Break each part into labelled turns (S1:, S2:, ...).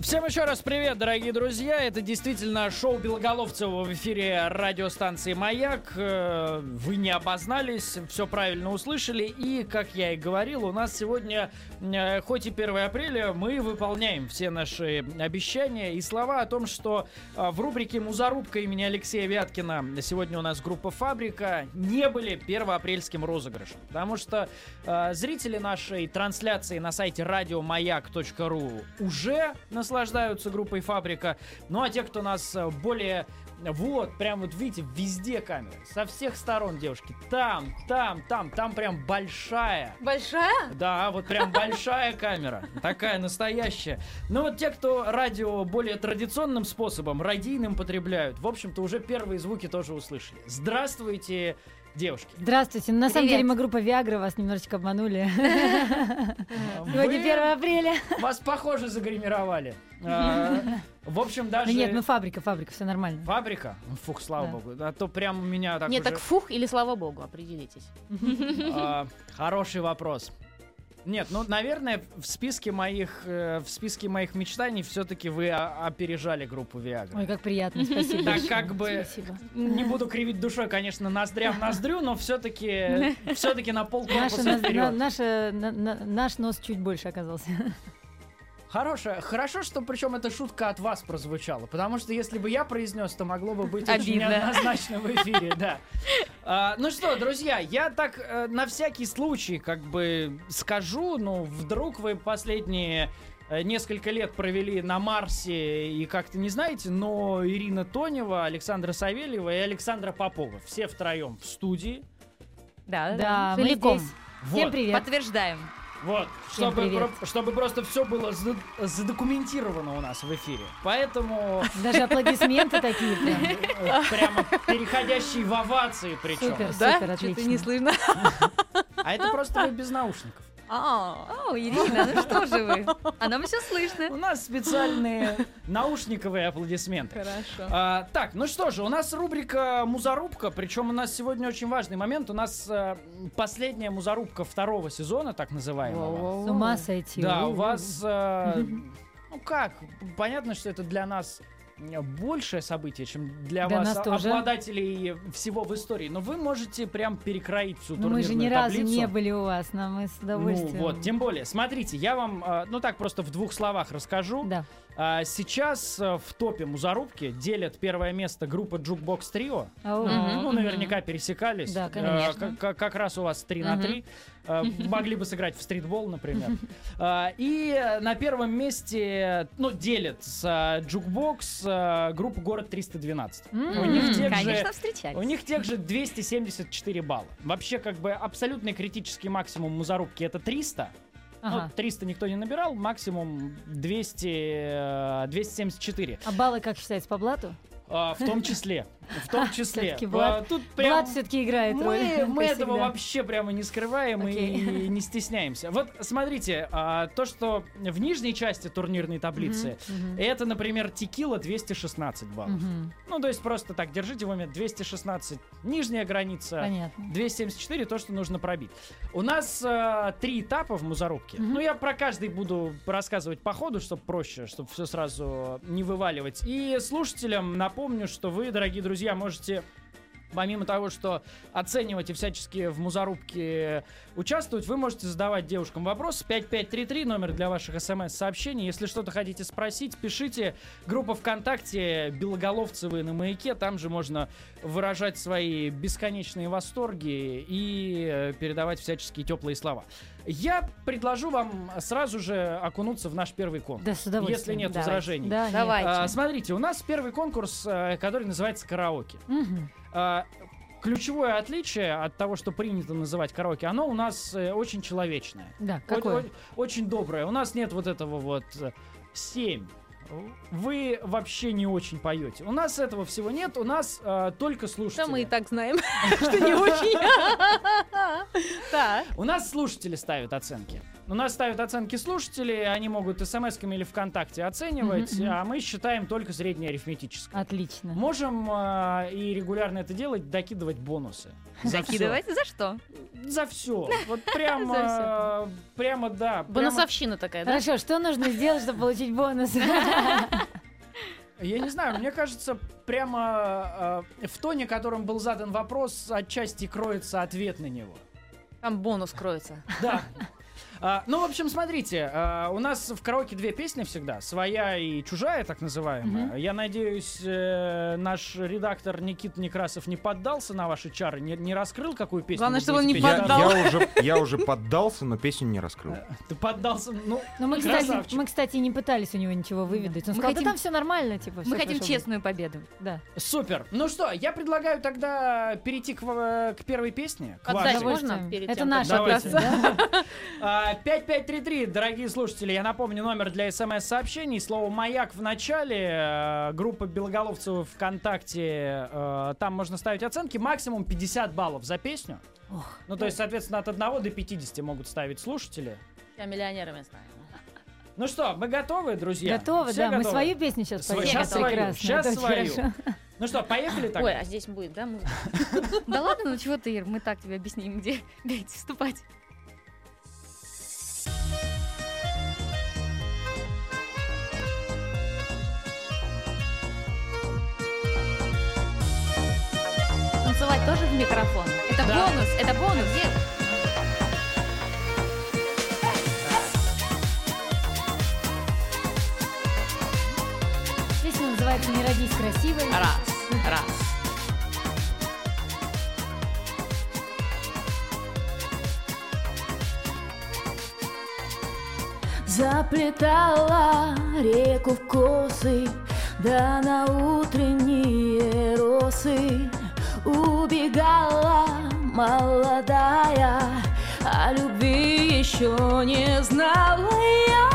S1: Всем еще раз привет, дорогие друзья. Это действительно шоу Белоголовцева в эфире радиостанции «Маяк». Э, Вы не обознались, все правильно услышали. И, как я и говорил, у нас сегодня, э, хоть и 1 апреля, мы выполняем все наши обещания и слова о том, что э, в рубрике «Музарубка» имени Алексея Вяткина сегодня у нас группа «Фабрика» не были первоапрельским розыгрышем. Потому что э, зрители нашей трансляции на сайте радиомаяк.ру уже наслаждаются группой «Фабрика». Ну а те, кто нас э, более... Вот, прям вот видите, везде камеры. Со всех сторон, девушки. Там, там, там, там прям большая.
S2: Большая?
S1: Да, вот прям большая камера, такая настоящая. Но вот те, кто радио более традиционным способом, радийным потребляют, в общем-то уже первые звуки тоже услышали. Здравствуйте, девушки.
S3: Здравствуйте. Ну, на самом
S2: Привет.
S3: деле мы группа Виагра вас немножечко обманули.
S1: Вы
S3: Сегодня 1 апреля.
S1: Вас похоже загримировали. А, В общем,
S3: Ну
S1: даже
S3: Нет, мы фабрика, фабрика, все нормально.
S1: фабрика. Ну, Фух, слава
S3: Да.
S1: богу. А то прям у меня так
S4: Нет,
S1: уже-
S4: так фух или слава богу, определитесь.
S1: А, Хороший вопрос. Нет, ну, наверное, в списке моих э, в списке моих мечтаний все-таки вы а, опережали группу Виагра.
S3: Ой, как приятно,
S1: Так
S3: спасибо. большое.
S1: как бы-
S3: Спасибо.
S1: Не буду кривить душой, конечно, ноздря в ноздрю, но все-таки все-таки на пол
S3: Наша
S1: корпуса
S3: нос- на-
S1: вперед.
S3: наша- на- на- Наш нос чуть больше оказался.
S1: Хорошая, хорошо, что причем эта шутка от вас прозвучала, потому что если бы я произнес, то могло бы быть очень
S4: Обидно.
S1: неоднозначно в эфире, да. А, ну что, друзья, я так э, на всякий случай как бы скажу, ну вдруг вы последние э, несколько лет провели на Марсе и как-то не знаете, но Ирина Тонева, Александра Савельева и Александра Попова все втроем в студии.
S2: Да,
S3: Да, мы
S4: целиком.
S3: здесь.
S1: Вот.
S3: Всем привет.
S2: Подтверждаем.
S1: Вот,
S3: Всем
S1: чтобы,
S3: привет.
S1: про- чтобы просто все было за- задокументировано у нас в эфире. Поэтому
S3: Даже аплодисменты такие прям.
S1: э, прямо переходящие в овации причем.
S3: Супер,
S2: Да?
S3: супер,
S2: Чё-то
S3: отлично.
S2: не слышно.
S1: А это просто вы без наушников.
S2: А, о, Ирина, ну что же вы? А нам все
S1: У
S2: слышно.
S1: нас специальные наушниковые аплодисменты.
S2: Хорошо.
S1: А, так, ну что же, у нас рубрика «Музарубка», причем у нас сегодня очень важный момент. У нас э, последняя музарубка второго сезона, так называемого.
S3: С ума сойти.
S1: Да, у вас... э, ну как, понятно, что это для нас э, большее событие, чем для,
S3: Для
S1: вас,
S3: нас
S1: о-
S3: тоже.
S1: обладателей всего в истории. Но вы можете прям перекроить всю
S3: Ну, мы же ни
S1: турнирную
S3: разу
S1: таблицу.
S3: не были у вас, но мы с
S1: Ну
S3: удовольствием.
S1: вот, тем более, смотрите, я вам, э, ну так просто в двух словах расскажу.
S3: Да.
S1: А, Сейчас э, в топе музарубки делят первое место группа Jukebox Trio.
S3: Ау.
S2: Мгм.
S1: Ну, наверняка пересекались.
S3: Да,
S1: Э,
S3: конечно.
S1: к- к- как раз у вас 3 на
S2: Мгм.
S1: 3. Э, Могли бы сыграть в стритбол, например. А, И э, на первом месте, ну, делят с э, Jukebox э, группу «Город 312». У
S3: М.
S1: них тех же...
S2: Конечно, встречались.
S1: У них тех же 274 балла. Вообще, как бы, абсолютный критический максимум музарубки это 300.
S3: Ага.
S1: Ну, 300 никто не набирал, максимум 200, э, 274.
S3: А баллы как считается по блату?
S1: А, в том числе. В том числе.
S3: Всё-таки
S1: А,
S3: Влад-
S1: Тут прям...
S3: Блат все-таки играет роль.
S1: Мы,
S3: как
S1: мы этого
S3: всегда.
S1: вообще прямо не скрываем и
S3: Окей.
S1: не стесняемся. Вот смотрите, а, то, что в нижней части турнирной таблицы,
S3: Мгм.
S1: это, например, текила 216 баллов.
S3: Мгм.
S1: Ну, то есть просто так, держите в уме, 216 нижняя граница,
S3: Понятно.
S1: 274 то, что нужно пробить. У нас э, три этапа в музарубке.
S3: Мгм.
S1: Ну, я про каждый буду рассказывать по ходу, чтобы проще, чтобы все сразу не вываливать. И слушателям напомню, что вы, дорогие друзья, можете Помимо того, что оценивать и всячески в музарубке участвовать, вы можете задавать девушкам вопрос. 5533 номер для ваших смс-сообщений. Если что-то хотите спросить, пишите. Группа ВКонтакте «Белоголовцевы на маяке». Там же можно выражать свои бесконечные восторги и э, передавать всяческие теплые слова. Я предложу вам сразу же окунуться в наш первый конкурс.
S3: Да, с удовольствием.
S1: если нет
S3: Давайте.
S1: возражений.
S3: Да, нет.
S2: Давайте.
S1: А, смотрите, у нас первый конкурс, э, который называется «Караоке».
S3: Мгм.
S1: А, Ключевое отличие от того, что принято называть караоке, оно у нас э, очень человечное.
S3: Да,
S1: О-
S3: какой?
S1: о- Очень доброе. У нас нет вот этого вот 7. Вы вообще не очень поете. У нас этого всего нет, у нас э, только слушатели.
S4: Да мы и так знаем, что не очень. Так.
S1: У нас слушатели ставят оценки. У нас ставят оценки слушатели, они могут смс-ками или ВКонтакте оценивать,
S5: Мгм, мгм.
S1: а мы считаем только среднее арифметическое.
S5: Отлично.
S1: Можем а, и регулярно это делать, докидывать бонусы. За всё.
S2: Закидывать за что?
S1: За все. Вот прямо,
S2: За всё.
S1: а, прямо да. прямо-
S4: Бонусовщина такая, да?
S5: Хорошо, что нужно сделать, чтобы получить бонус? Ну,
S1: Я не знаю, мне кажется, прямо а, в тоне, которым был задан вопрос, отчасти кроется ответ на него.
S4: Там бонус кроется.
S1: Да. А, ну, в общем, смотрите, а, у нас в караоке две песни всегда, своя и чужая, так называемая. Я надеюсь, э, наш редактор Никита Некрасов не поддался на ваши чары, не, не раскрыл, какую песню.
S4: Главное,
S1: вы
S4: чтобы он
S1: будете
S4: не
S1: петь.
S6: Я,
S4: Поддал.
S6: я уже, я уже поддался, но песню не раскрыл.
S1: Ты поддался, ну,
S5: Ну, мы, кстати,
S1: Красавчик.
S5: мы, кстати, не пытались у него ничего выведать.
S3: Ну,
S5: Он
S2: Мы
S5: сказал, да
S2: хотим-
S5: там все нормально, типа.
S2: Мы
S5: всё
S2: хотим
S5: хорошо будет».
S2: честную победу.
S5: Да.
S1: супер. Ну что, я предлагаю тогда перейти к, в- к первой песне. К
S4: Отдать
S1: вашей.
S4: можно?
S5: Удовольствием.
S4: перед
S5: Это
S4: тем,
S5: наш
S1: как
S5: вопрос,
S1: Давайте.
S5: да?
S1: А, 5533, дорогие слушатели, я напомню номер для смс-сообщений. Слово «Маяк» в начале, э, группа Белоголовцева ВКонтакте, э, там можно ставить оценки. Максимум 50 баллов за песню.
S5: Ох.
S1: Ну, то есть, соответственно, от 1 до 50 могут ставить слушатели.
S4: Я миллионерами стану.
S1: Ну что, мы готовы, друзья?
S5: Готовы,
S1: Все
S5: да. Мы
S1: готовы?
S5: свою песню сейчас
S1: Свою.
S5: поем.
S4: Щас
S5: Это
S4: свою,
S5: прекрасно.
S1: щас
S5: это очень
S1: свою.
S5: хорошо.
S1: Ну что, поехали так?
S4: Ой, а здесь будет, да, музыка?
S2: Да ладно, ну чего ты, Ир, мы так тебе объясним, где бейте вступать.
S4: Танцевать тоже в микрофон?
S2: Это
S1: Да.
S2: бонус, это бонус.
S5: Песня называется «Не родись красивой».
S4: Раз, раз.
S3: Заплетала реку в косы, да на утренние росы Убегала молодая, а любви еще не знала я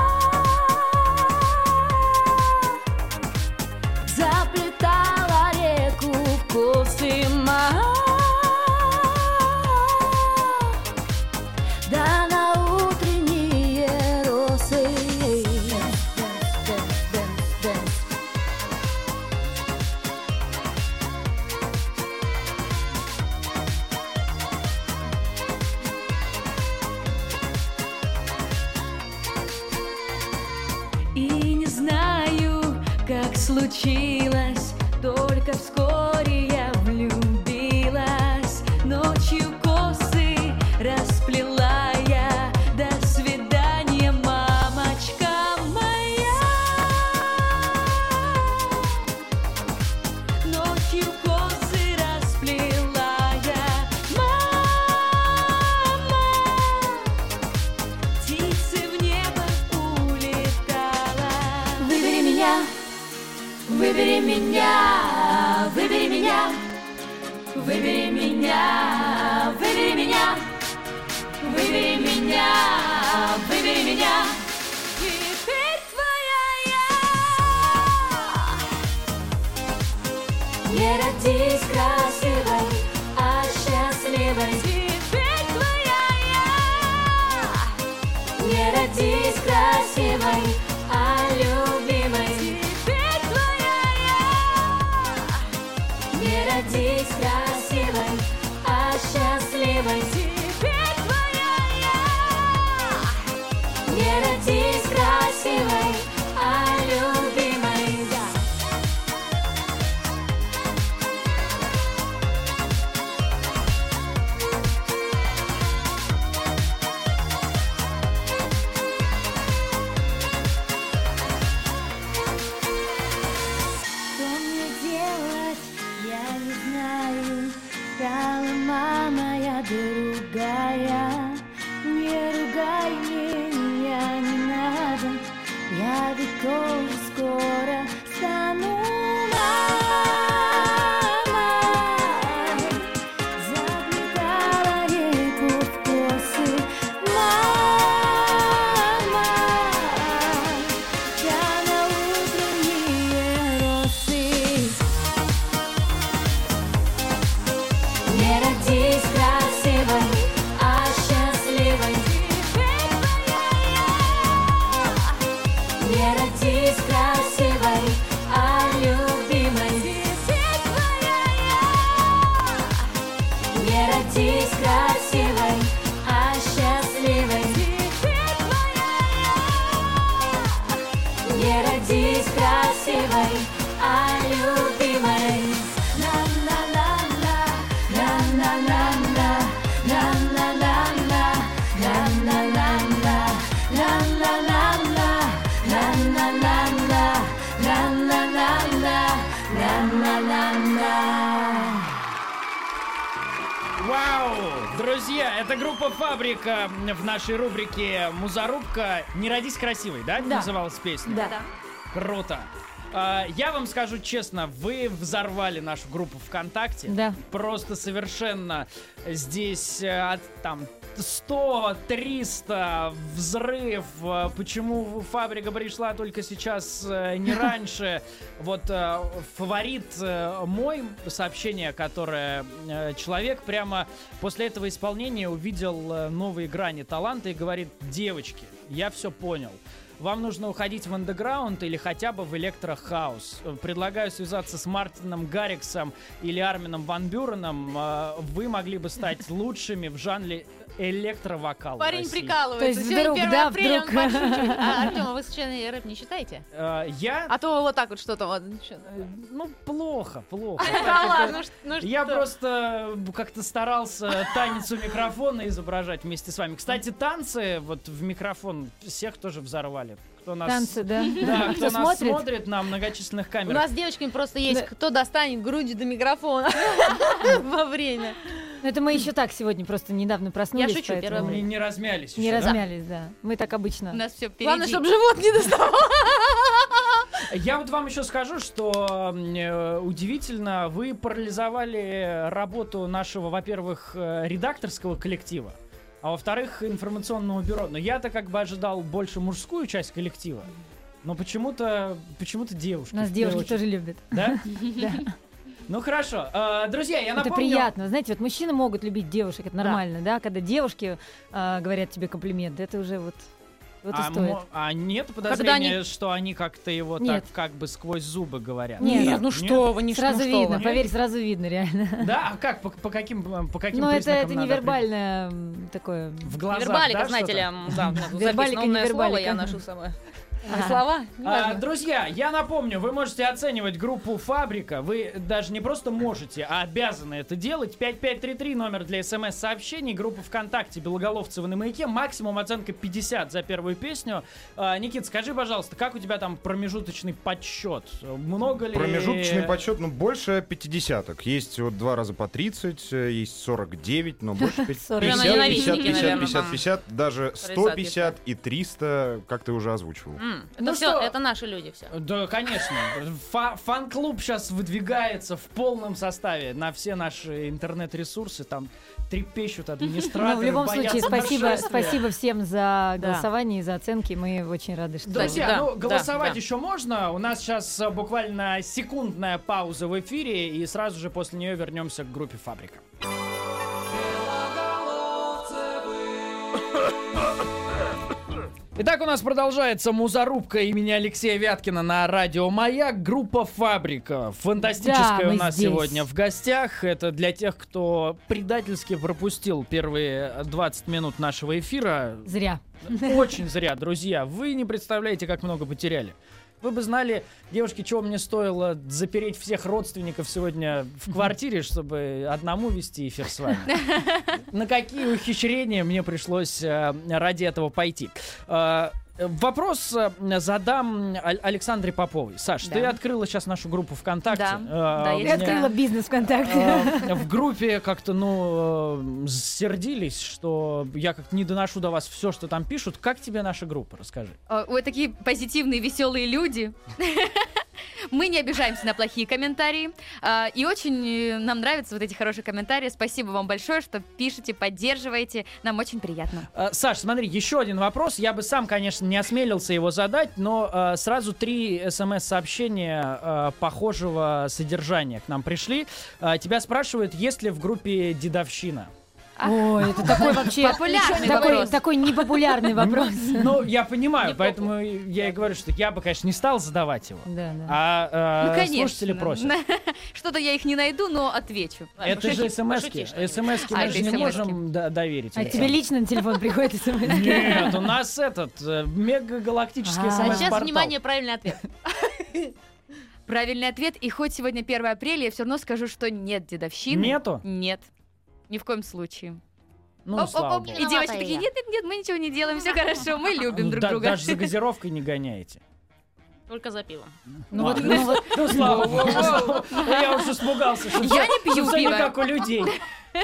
S3: Заплетала реку в косы моя да на утренние росы. И не знаю, как случилось, только вскоре я влюбилась. Ночью косы расплела я. До свидания, мамочка моя. Ночью косы расплела я. Мама, Птицы в небо улетала. Выбери меня, выбери меня, выбери меня, выбери меня, выбери меня, выбери меня, выбери меня. Теперь твоя я. Не родись красивой, а счастливой Теперь твоя я Не родись красивой, а любимой Теперь твоя я Не родись красивой, а счастливой Теперь твоя я Не родись красивой, а любимой Что мне делать, я не знаю Стала мама я другая Не ругай меня, не надо Я ведь тоже скоро стану мамой Заплетала реку в косы мама я на утренние росы Не родись красивой, а счастливой Теперь твоя а а а
S1: друзья, это группа «Фабрика» в нашей рубрике «Музарубка». «Не родись красивой», да,
S3: Да.
S1: называлась песня?
S3: Да.
S1: Круто. А, Я вам скажу честно, вы взорвали нашу группу ВКонтакте.
S3: Да.
S1: Просто совершенно здесь э, от там 100, 300, взрыв. э, Почему фабрика пришла только сейчас, э, не раньше? Вот э, фаворит э, мой сообщение, которое э, человек прямо после этого исполнения увидел э, новые грани таланта и говорит, девочки, я все понял. Вам нужно уходить в андеграунд или хотя бы в электрохаус. Э, Предлагаю связаться с Мартином Гарриксом или Армином Ван Бюреном. Э, Вы могли бы стать лучшими в жанре электровокал. в
S4: Парень
S1: России.
S4: прикалывается.
S3: То есть
S4: Сегодня
S3: вдруг,
S4: 1
S3: да,
S4: апреля
S3: вдруг.
S4: он подшучивает. А, Артем, а вы случайно рэп не считаете?
S1: Э, Я...
S4: А то вот так вот что-то вот. ну, чё.
S1: э, Ну, плохо, плохо.
S4: Да ладно, ну ш- ну
S1: Я
S4: что?
S1: просто э, как-то старался танец у микрофона изображать вместе с вами. Кстати, танцы вот в микрофон всех тоже взорвали. Кто нас,
S3: Танцы, да.
S1: да, кто
S3: Кто
S1: нас
S3: смотрит?
S1: смотрит на многочисленных
S4: У
S1: камерах.
S4: нас с девочками просто есть,
S3: Да.
S4: кто достанет грудью до микрофона во время.
S3: Но Ну, это мы еще так сегодня просто недавно проснулись.
S4: шучу,
S3: поэтому
S4: первое
S1: Мы не размялись
S3: Не
S1: еще, да?
S3: размялись, да. Мы так
S2: У
S3: обычно.
S2: нас все впереди.
S4: Главное, чтобы живот не доставал.
S1: Я вот вам еще скажу, что м, э, удивительно, вы парализовали работу нашего, во-первых, э, редакторского коллектива, а во-вторых, информационного бюро. Но я-то как бы ожидал больше мужскую часть коллектива. Но почему-то почему-то девушки.
S3: Нас
S1: в первую
S3: девушки
S1: очередь.
S3: тоже любят.
S1: Да?
S3: Да.
S1: Ну хорошо. Э, Друзья, я
S3: Это
S1: напомню...
S3: приятно. Знаете, вот мужчины могут любить девушек, это нормально, да? Когда девушки а, говорят тебе комплименты, это уже вот, вот
S1: а,
S3: и стоит.
S1: мо- а нет подозрения, что они как-то его
S3: Нет.
S1: так как бы сквозь зубы говорят?
S3: Нет. Нет,
S1: ну
S4: вы, не
S3: Сразу видно,
S1: вы.
S3: поверь, сразу видно реально.
S1: Да, а как? По, по каким по каким
S3: Но это,
S1: признакам
S3: это
S1: надо
S3: невербальное м, такое. Ну,
S1: определить? В глазах,
S4: Вербалика,
S1: да,
S4: знаете ли,
S1: что-то?
S4: м, да,
S3: Вербалика,
S4: записано умное слово,
S3: невербалика.
S4: я ношу с собой.
S3: Ага.
S4: Слова?
S1: А,
S4: Неважно.
S1: друзья, я напомню, вы можете оценивать группу «Фабрика». Вы даже не просто можете, а обязаны это делать. 5533 номер для смс-сообщений. Группа ВКонтакте «Белоголовцева на маяке». Максимум оценка 50 за первую песню. А, Никит, скажи, пожалуйста, как у тебя там промежуточный подсчет? Много ли...
S6: Промежуточный подсчет, ну, больше 50 Есть вот два раза по 30, э, есть 49, но больше 50,
S3: 49.
S6: 50,
S4: Прямо
S6: 50,
S4: ненавистники,
S6: 50,
S4: наверное,
S6: 50,
S4: там.
S6: даже 150 и 300, как ты уже озвучивал.
S4: М,
S1: Ну
S4: Это все,
S1: что?
S4: это наши люди все.
S1: Да, конечно. Фа- Фан-клуб сейчас выдвигается в полном составе на все наши интернет-ресурсы. Там трепещут администраторы.
S3: Ну, в любом случае,
S1: боятся
S3: спасибо,
S1: нашествия.
S3: спасибо всем за
S4: Да.
S3: голосование и за оценки. Мы очень рады, что
S1: Друзья,
S4: Да,
S1: ну
S4: да,
S1: голосовать
S4: да.
S1: еще можно. У нас сейчас буквально секундная пауза в эфире, и сразу же после нее вернемся к группе Фабрика. Итак, у нас продолжается музорубка имени Алексея Вяткина на радио «Маяк». Группа «Фабрика». Фантастическая
S3: Да, мы
S1: у нас
S3: здесь.
S1: сегодня в гостях. Это для тех, кто предательски пропустил первые 20 минут нашего эфира.
S3: зря.
S1: Очень зря, друзья. Вы не представляете, как много потеряли. Вы бы знали, девушки, чего мне стоило запереть всех родственников сегодня в квартире, чтобы одному вести эфир с вами. На какие ухищрения мне пришлось э, ради этого пойти. Э, Вопрос э, задам Аль- Александре Поповой. Саш,
S4: Да.
S1: ты открыла сейчас нашу группу ВКонтакте.
S4: Да.
S1: Э,
S4: Да,
S1: у
S4: я
S3: Я
S1: меня-
S3: открыла бизнес ВКонтакте.
S1: Э, в группе как-то, ну, э, сердились, что я как-то не доношу до вас все, что там пишут. Как тебе наша группа? Расскажи.
S2: А, Вы такие позитивные, веселые люди. Мы не обижаемся на плохие комментарии. А, И очень э, нам нравятся вот эти хорошие комментарии. Спасибо вам большое, что пишете, поддерживаете. Нам очень приятно.
S1: Э, Саш, смотри, еще один вопрос. Я бы сам, конечно, не осмелился его задать, но э, сразу три смс-сообщения э, похожего содержания к нам пришли. Э, тебя спрашивают, есть ли в группе дедовщина.
S3: Ой, это такой вообще
S2: Популярный
S3: такой,
S2: вопрос.
S3: такой непопулярный вопрос.
S1: Ну, я понимаю,
S4: Неплохо.
S1: поэтому я и говорю, что я бы, конечно, не стал задавать его.
S3: Да, да.
S1: А
S2: Ну,
S1: э,
S2: конечно.
S1: слушатели просят.
S2: Что-то я их не найду, но отвечу.
S1: Это же смс-ки. э, Смс-ки
S2: А,
S1: мы
S2: это
S1: же не
S2: СМСки.
S1: можем до- доверить.
S3: А
S1: Александр.
S3: тебе лично на телефон приходит смс?
S1: Нет, у нас этот э, мегагалактический
S3: А.
S1: смс
S4: А сейчас, внимание, правильный ответ.
S2: Правильный ответ. И хоть сегодня 1 апреля, я все равно скажу, что нет дедовщины.
S1: Нету?
S2: Нет. Ни в коем случае.
S1: Ну,
S2: Оп,
S1: слава
S2: оп, оп.
S1: богу.
S2: И девочки такие,
S4: я.
S2: нет, нет, нет, мы ничего не делаем, все хорошо, мы любим
S1: Ну,
S2: друг
S1: да-
S2: друга.
S1: Даже за газировкой не гоняете.
S4: Только за пивом.
S7: Ну
S1: Ладно.
S7: вот, ну вот,
S1: Ну, слава богу. слава богу. Я уже испугался, что
S2: Я не
S1: всё-
S2: пью
S1: что всё не
S2: пиво.
S1: как у людей.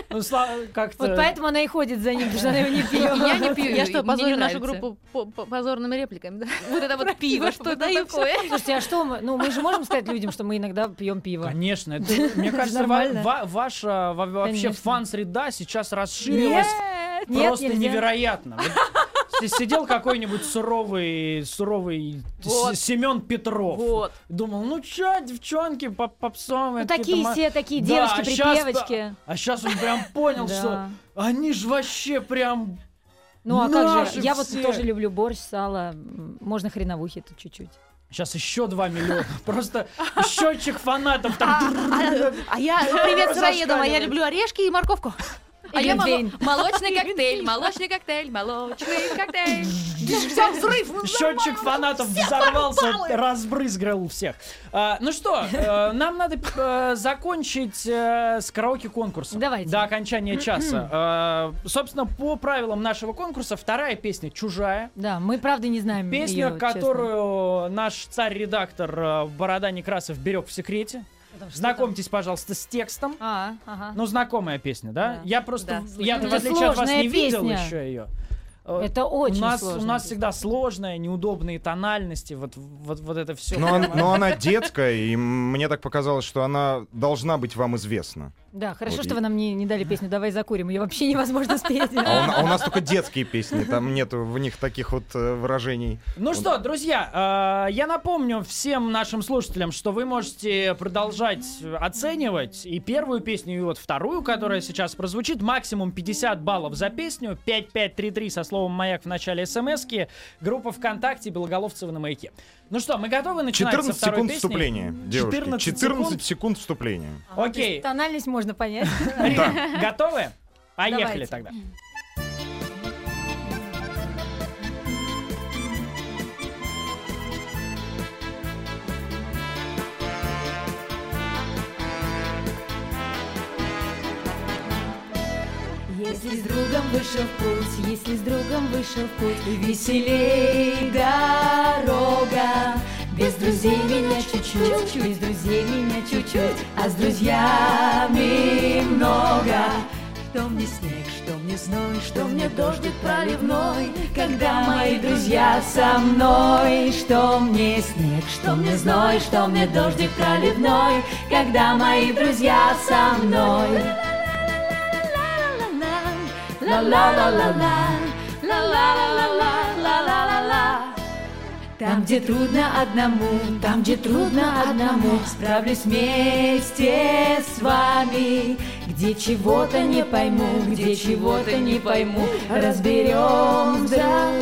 S1: Ну, слава, как-то...
S7: вот поэтому она и ходит за ним, потому что она его не пьет.
S2: Я не пью.
S8: Я что,
S2: мне не
S8: позорю нашу
S2: нравится.
S8: группу по- по- позорными репликами, да?
S2: Вот это вот пиво, что это
S8: выдаю
S2: такое?
S7: Слушайте, а что мы, ну мы же можем сказать людям, что мы иногда пьем пиво?
S1: Конечно, это, мне кажется, ва-
S7: Нормально.
S1: ва- ваша во- вообще
S7: Конечно.
S1: фан-среда сейчас расширилась
S7: Нет,
S1: просто
S7: нельзя.
S1: невероятно. Вот с- Сидел какой-нибудь суровый, суровый
S4: Вот.
S1: Семен Петров.
S4: Вот.
S1: Думал, ну чё, девчонки, поп- попсовые.
S7: Ну
S1: какие-то
S7: такие
S1: ма-
S7: все, такие
S1: Да,
S7: девочки,
S1: а щас-
S7: припевочки.
S1: А сейчас он прям понял, что
S7: Да.
S1: они же вообще прям...
S7: Ну а как
S1: Наши
S7: же, я вот
S1: все.
S7: тоже люблю борщ, сало, м, можно хреновухи тут чуть-чуть.
S1: Сейчас еще 2 миллиона. Просто счетчик фанатов
S8: А,
S1: так...
S8: а- а я, привет, сыроедом, а я
S1: Зашкаливает.
S8: люблю орешки и морковку.
S2: А я моло-
S7: Глинтвейн.
S2: молочный коктейль, молочный коктейль, молочный коктейль.
S8: Все, взрыв!
S1: Счетчик фанатов взорвался, разбрызгал всех. А, ну что, э, нам надо э, закончить э, с караоке-конкурсом.
S7: Давайте.
S1: До окончания часа. Э, собственно, по правилам нашего конкурса, вторая песня «Чужая».
S7: Да, мы правда не знаем
S1: Песня,
S7: её, честно.
S1: которую наш царь-редактор э, Борода Некрасов берег в секрете.
S7: Потому что
S1: Знакомьтесь, пожалуйста, с текстом.
S7: там- А, ага.
S1: Ну, знакомая песня, да?
S2: Да.
S1: Я просто,
S2: Да,
S1: в- я
S7: слышала.
S1: в отличие от вас
S7: Сложная
S1: не видел Э,
S7: песня.
S1: еще ее.
S7: Это
S1: Ну, У
S7: очень
S1: нас,
S7: сложно.
S1: у нас всегда сложная, неудобные тональности, вот, вот, вот это все.
S6: Но, Ну, он- но она детская, и мне так показалось, что она должна быть вам известна.
S7: Да, хорошо,
S6: Вот
S7: что
S6: и-
S7: вы нам не, не дали песню «Давай закурим». Ее вообще невозможно спеть.
S6: А у, на- а у нас только детские песни, там нету в них таких вот э, выражений.
S1: Ну что, друзья, э, я напомню всем нашим слушателям, что вы можете продолжать оценивать и первую песню, и вот вторую, которая сейчас прозвучит, максимум 50 баллов за песню, 5533 со словом «Маяк» в начале смски, группа ВКонтакте «Белоголовцева на маяке». Ну что, мы готовы начинать
S6: 14
S1: со второй
S6: секунд
S1: песни?
S6: вступления, девушки. 14,
S1: 14 секунд?
S6: секунд вступления.
S1: Окей,
S7: Тональность можно понять.
S1: готовы?
S7: Давайте.
S1: Поехали тогда.
S3: Если с другом вышел в путь, если с другом вышел в путь, веселей дорога. Без друзей меня чуть-чуть, без друзей меня чуть-чуть, а с друзьями много. Что мне снег, что мне зной, что мне дождик проливной, когда мои друзья со мной. Что мне снег, что мне зной, что мне дождик проливной, когда мои друзья со мной. Ла-ла-ла-ла-ла, ла-ла-ла-ла-ла-ла-ла-ла. Там, где трудно одному, там, где трудно одному, справлюсь вместе с вами. Где чего-то не пойму, где чего-то не пойму, разберем с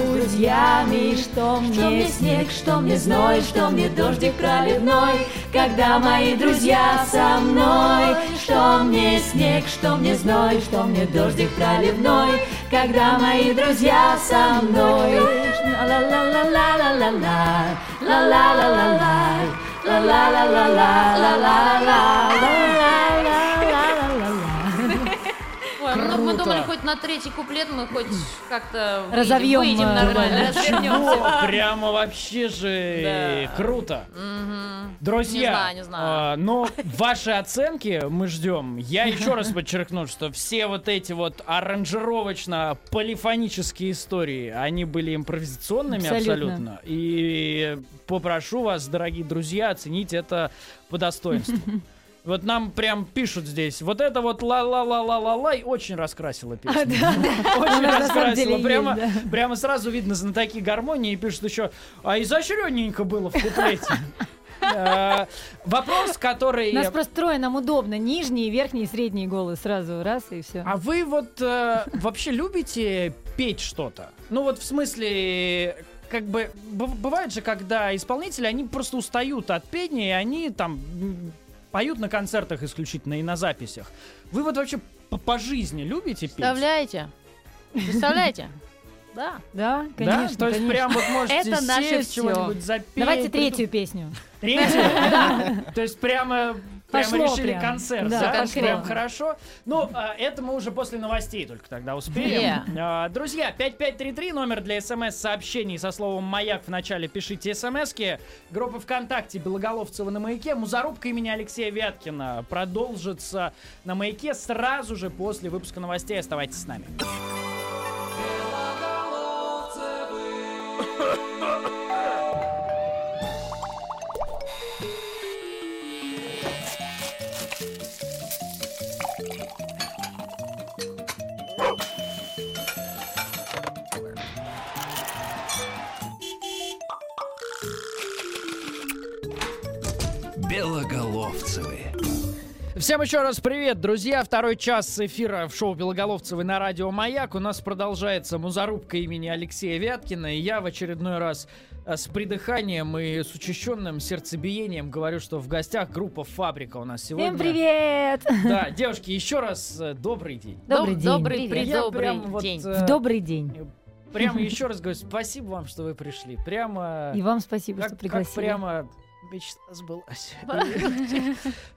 S3: друзьями, что мне снег, что мне зной, что мне дождик проливной, когда мои друзья со мной. Что мне снег, что мне зной, что мне дождик проливной, когда мои друзья со мной. Ла-ла-ла-ла-ла-ла-ла, ла-ла-ла-ла-ла, ла-ла-ла-ла-ла-ла-ла-ла-ла-ла-ла-ла.
S4: Ой, ну, мы думали, хоть на третий куплет мы хоть как-то выйдем-
S7: Разовьем,
S4: выйдем
S7: э,
S4: нормально,
S7: нормально.
S4: развернемся.
S1: О, прямо вообще же э,
S4: Да.
S1: круто.
S4: Мгм.
S1: Друзья,
S4: Не знаю, не знаю.
S1: а, но ваши оценки мы ждем. Я еще раз подчеркну, что все вот эти вот аранжировочно-полифонические истории, они были импровизационными абсолютно.
S7: Абсолютно.
S1: И попрошу вас, дорогие друзья, оценить это по достоинству. Вот нам прям пишут здесь, вот это вот ла-ла-ла-ла-ла-лай очень раскрасила песню.
S7: А,
S1: Очень
S7: Она на самом деле
S1: раскрасила.
S7: есть,
S1: Прямо,
S7: да.
S1: прямо сразу видно знатоки гармонии пишут еще, а изощренненько было в куплете. Э, Вопрос, который...
S7: Нас просто трое, нам удобно. Нижний, верхний и средний голос сразу раз и все.
S1: А вы вот э, вообще любите петь что-то? Ну вот в смысле, как бы б- бывает же, когда исполнители, они просто устают от пения, и они там м, поют на концертах исключительно и на записях. Вы вот вообще по, по жизни любите петь?
S4: Представляете? Представляете? Да.
S7: Да,
S1: Да?
S7: конечно.
S1: То есть
S7: конечно.
S1: прям вот можете
S2: Это наше
S1: сесть,
S2: всё.
S1: чего-нибудь запеть.
S7: Давайте
S1: приду-
S7: третью песню.
S1: Третью? То есть прямо Прям
S3: Пошло
S1: решили
S3: прям.
S1: концерт,
S3: Да,
S1: да?
S3: пошло.
S1: Прям хорошо. Ну, а, это мы уже после новостей только тогда успеем. А, Друзья, 5533, номер для смс-сообщений со словом «Маяк» в начале пишите смски. Группа ВКонтакте Белоголовцева на «Маяке». Музарубка имени Алексея Вяткина продолжится на «Маяке» сразу же после выпуска новостей. Оставайтесь с нами.
S9: Белоголовцевы.
S1: Всем еще раз привет, друзья. Второй час эфира в шоу Белоголовцевой на радио «Маяк». У нас продолжается музорубка имени Алексея Вяткина. И я в очередной раз э, с придыханием и с учащенным сердцебиением говорю, что в гостях группа «Фабрика» у нас сегодня.
S3: Всем привет!
S1: Да, девушки, еще раз э, добрый день.
S3: Добрый
S4: Доб-
S3: день.
S4: Добрый,
S1: Я
S4: придобрый
S1: прям вот,
S4: день.
S1: э,
S3: В добрый день.
S1: Прямо еще раз говорю, спасибо вам, что вы пришли. Прямо...
S3: И вам спасибо,
S1: Как-
S3: что
S1: как
S3: пригласили.
S1: прямо мечта сбылась.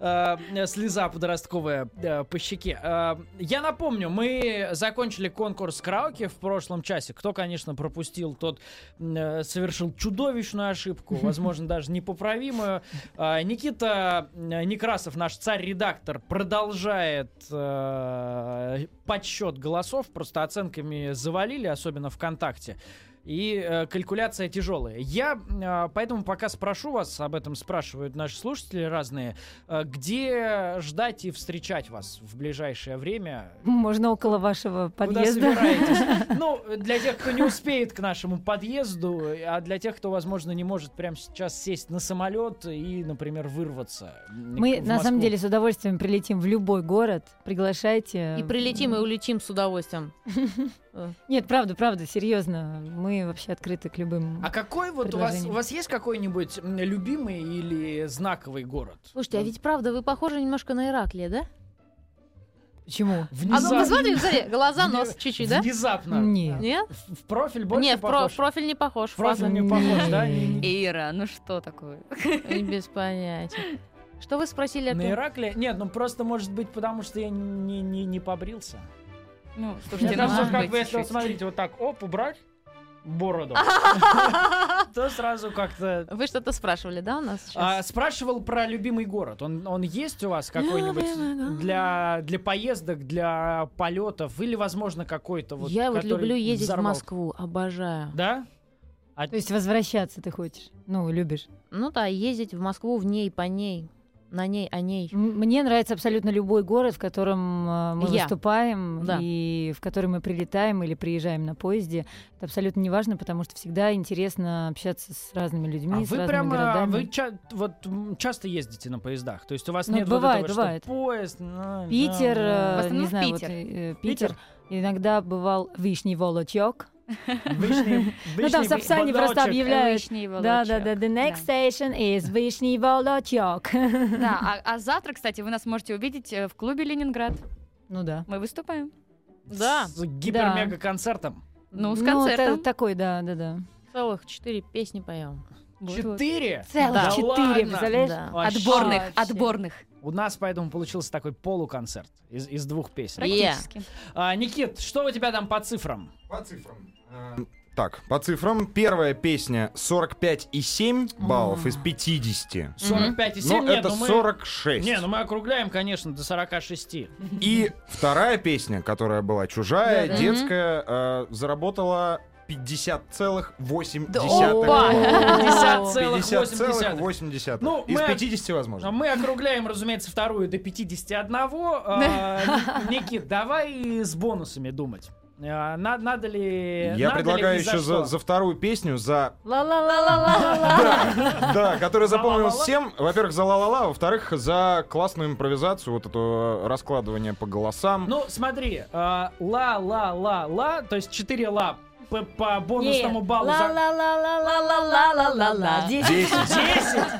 S1: Э, Слеза подростковая э, по щеке. Э, Я напомню, мы закончили конкурс караоке в прошлом часе. Кто, конечно, пропустил, тот э, совершил чудовищную ошибку, возможно, даже непоправимую. Э, Никита э, Некрасов, наш царь-редактор, продолжает э, подсчет голосов. Просто оценками завалили, особенно ВКонтакте и э, калькуляция тяжелая. Я э, поэтому пока спрошу вас, об этом спрашивают наши слушатели разные, э, где ждать и встречать вас в ближайшее время?
S3: Можно около вашего подъезда.
S1: Куда собираетесь? Ну, для тех, кто не успеет к нашему подъезду, а для тех, кто, возможно, не может прямо сейчас сесть на самолет и, например, вырваться. м,
S3: Мы
S1: в
S3: на
S1: Москву.
S3: самом деле с удовольствием прилетим в любой город. Приглашайте.
S4: И прилетим, и улетим с удовольствием.
S3: Нет, правда, правда, серьезно. Мы вообще открыты к любым.
S1: А какой вот у вас,
S3: Предложение.
S1: у вас есть какой-нибудь м, любимый или знаковый город?
S4: Слушайте, а ведь правда, вы похожи немножко на Ираклия, да?
S3: Почему?
S4: А ну
S1: Внезапно.
S4: посмотри, посмотри, глаза, нос чуть-чуть, да?
S1: Внезапно.
S3: Нет.
S4: Нет?
S1: В в профиль больше
S4: Не, в про-
S1: похож?
S4: в профиль не похож.
S1: Профиль не похож, да?
S3: М.
S2: Ира, ну что такое?
S4: И Без понятия. Что вы спросили?
S1: На
S4: Артур?
S1: Иракле? Нет, ну просто может быть, потому что я не, не, не побрился.
S2: Ну,
S1: Мне
S2: слушайте, ну,
S1: кажется,
S2: может
S1: как
S2: быть,
S1: бы если вот
S2: чуть.
S1: смотрите, вот так, оп, убрать бороду, то сразу как-то...
S4: Вы что-то спрашивали, да, у нас
S1: А,
S4: сейчас?
S1: спрашивал про любимый город. Он, он есть у вас
S4: Любимый город.
S1: какой-нибудь для, для поездок, для полетов? Или, возможно, какой-то вот...
S4: Я вот
S1: который
S4: люблю ездить в
S1: взорвал?
S4: Москву, обожаю.
S1: Да? А
S3: То есть возвращаться ты хочешь? Ну, любишь.
S4: Ну да, ездить в Москву в ней, по ней, на ней, о ней.
S3: М- Мне нравится абсолютно любой город, в котором э, мы
S4: Я.
S3: выступаем
S4: Да.
S3: и в который мы прилетаем или приезжаем на поезде. Это абсолютно неважно, потому что всегда интересно общаться с разными людьми,
S1: А
S3: с
S1: вы
S3: разными
S1: прямо,
S3: городами.
S1: вы ча- вот м, часто ездите на поездах? То есть у вас
S3: Ну,
S1: нет
S3: бывает,
S1: вот этого,
S3: бывает.
S1: что поезд... ну, на-
S3: Питер,
S1: на-
S3: э,
S2: В основном
S3: не
S2: в
S3: знаю,
S2: Питер.
S3: вот, э, э, Питер. Иногда бывал Вишний Волочок.
S1: Вышний-
S3: Ну там
S1: вышний
S3: сапсане просто
S1: бодрочек.
S3: объявляют.
S2: Лишний
S3: Да, да, да.
S2: волочек.
S3: The next station is Вишний Волочок.
S2: Да, а- а завтра, кстати, вы нас можете увидеть э, в клубе Ленинград.
S3: Ну да.
S2: Мы выступаем.
S4: Да,
S1: С гипер-мега-концертом.
S2: Ну, с
S3: Ну, та-
S2: концертом.
S3: такой, да, да, да.
S4: целых четыре песни поем.
S2: Вот, вот.
S1: Четыре?
S3: Целых
S1: Да
S3: четыре,
S1: ладно?
S3: представляешь?
S4: Да.
S1: Вообще.
S2: Отборных,
S3: Вообще.
S2: отборных.
S1: У нас поэтому получился такой полуконцерт из, из двух песен.
S4: Е.
S2: Практически.
S1: А, Никит, что у тебя там по цифрам? А,
S6: По цифрам. Так, по цифрам. Первая песня 45,7 баллов из 50.
S1: 45,7?
S6: Но
S1: Нет,
S6: это
S1: ну мы...
S6: 46.
S1: Не, ну мы округляем, конечно, до 46.
S6: И вторая песня, которая была чужая,
S4: Да-да.
S6: детская, э, заработала 50,8.
S4: Да
S6: балла.
S4: опа!
S1: 50,8.
S6: 50,8.
S1: Ну,
S6: Из
S1: мы-
S6: 50, возможно.
S1: Мы округляем, разумеется, вторую до 51. А, Никит, давай с бонусами думать. А, на- Надо ли... надо
S6: Я
S1: ли
S6: предлагаю
S1: и за
S6: еще за,
S1: что?
S6: за вторую песню, за...
S3: Ла-ла-ла-ла-ла-ла.
S6: Да, да, которая
S1: За
S6: запомнилась
S1: ла-ла-ла?
S6: всем. Во-первых, за ла-ла-ла, во-вторых, за классную импровизацию, вот это э, раскладывание по голосам.
S1: Ну, смотри, ла-ла-ла-ла, то есть 4 ла по, по бонусному баллу за
S3: Ла-ла-ла-ла-ла-ла-ла-ла-ла. Здесь
S1: 10.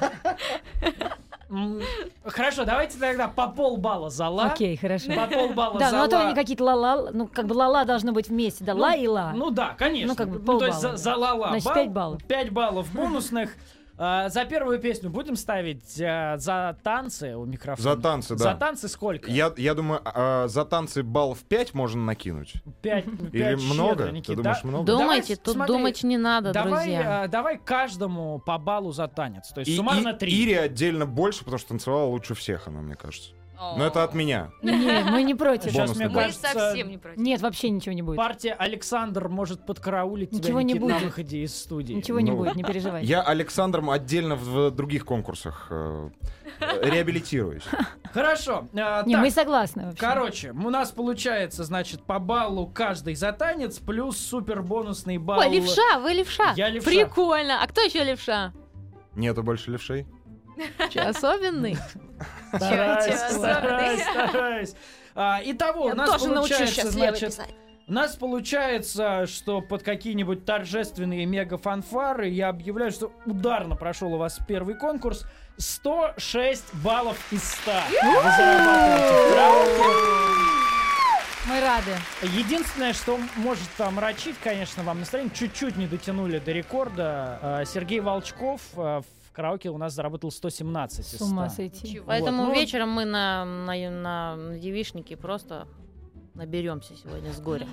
S1: М, Хорошо, давайте тогда по полбалла за ла.
S3: Окей, хорошо.
S1: По полбалла
S3: Да,
S1: за
S3: ну а то
S1: ла.
S3: они какие-то ла-ла, ну как бы ла-ла должно быть вместе, да,
S1: Ну,
S3: ла и ла.
S1: Ну да, конечно.
S3: Ну, как бы
S1: то есть за,
S3: полбалла.
S1: за ла-ла
S3: Значит,
S1: балл,
S3: пять баллов.
S1: 5 баллов бонусных. А, за первую песню будем ставить а, за танцы у микрофона?
S6: За танцы, да.
S1: За танцы сколько?
S6: Я, я думаю, а, за танцы балл в 5 можно накинуть.
S1: Пять,
S6: Или
S1: пять
S6: много?
S1: щедро,
S6: Ты
S1: Никита.
S6: думаешь, много?
S1: Давайте,
S4: Думайте, тут
S1: смотри,
S4: думать не надо,
S1: Давай,
S4: друзья.
S1: а, давай каждому по баллу за танец. То есть
S6: И-
S1: суммарно
S6: и-
S1: три.
S6: Ире отдельно больше, потому что танцевала лучше всех, она, мне кажется. Но это от меня.
S3: Не, мы не против.
S1: Сейчас,
S6: Бонусный
S1: мне
S6: балл.
S2: Мы
S1: кажется,
S2: совсем не против.
S3: Нет, вообще ничего не будет.
S1: партия Александр может подкараулить тебя,
S3: Ничего не
S1: Никит, на
S3: будет.
S1: выходе из студии.
S3: Ничего не
S6: Ну,
S3: будет, не переживай.
S6: Я Александром отдельно в, в других конкурсах э, реабилитируюсь.
S1: Хорошо. а,
S3: Не,
S1: так,
S3: мы согласны вообще.
S1: Короче, у нас получается, значит, по баллу каждый за танец, плюс супер бонусный балл.
S4: Ой, левша, вы левша.
S1: Я левша.
S4: Прикольно. А кто еще левша?
S6: Нету больше левшей?
S4: Че, особенный?
S1: Стараюсь,
S2: Чё, чё,
S1: стараюсь, стараюсь. А, Итого, у нас получается,
S4: щас
S1: значит, у нас получается, что под какие-нибудь торжественные мега-фанфары я объявляю, что ударно прошел у вас первый конкурс. 106 баллов из 100. Вы зарабатываете. Браво!
S3: Мы рады.
S1: Единственное, что может там рачить, конечно, вам настроение, чуть-чуть не дотянули до рекорда. А, Сергей Волчков а, в караоке у нас заработал 117 из
S3: С ума
S1: 100.
S3: сойти.
S1: Вот,
S4: Поэтому
S1: ну,
S4: вечером мы на, на, на, на девичнике просто наберемся сегодня с горя.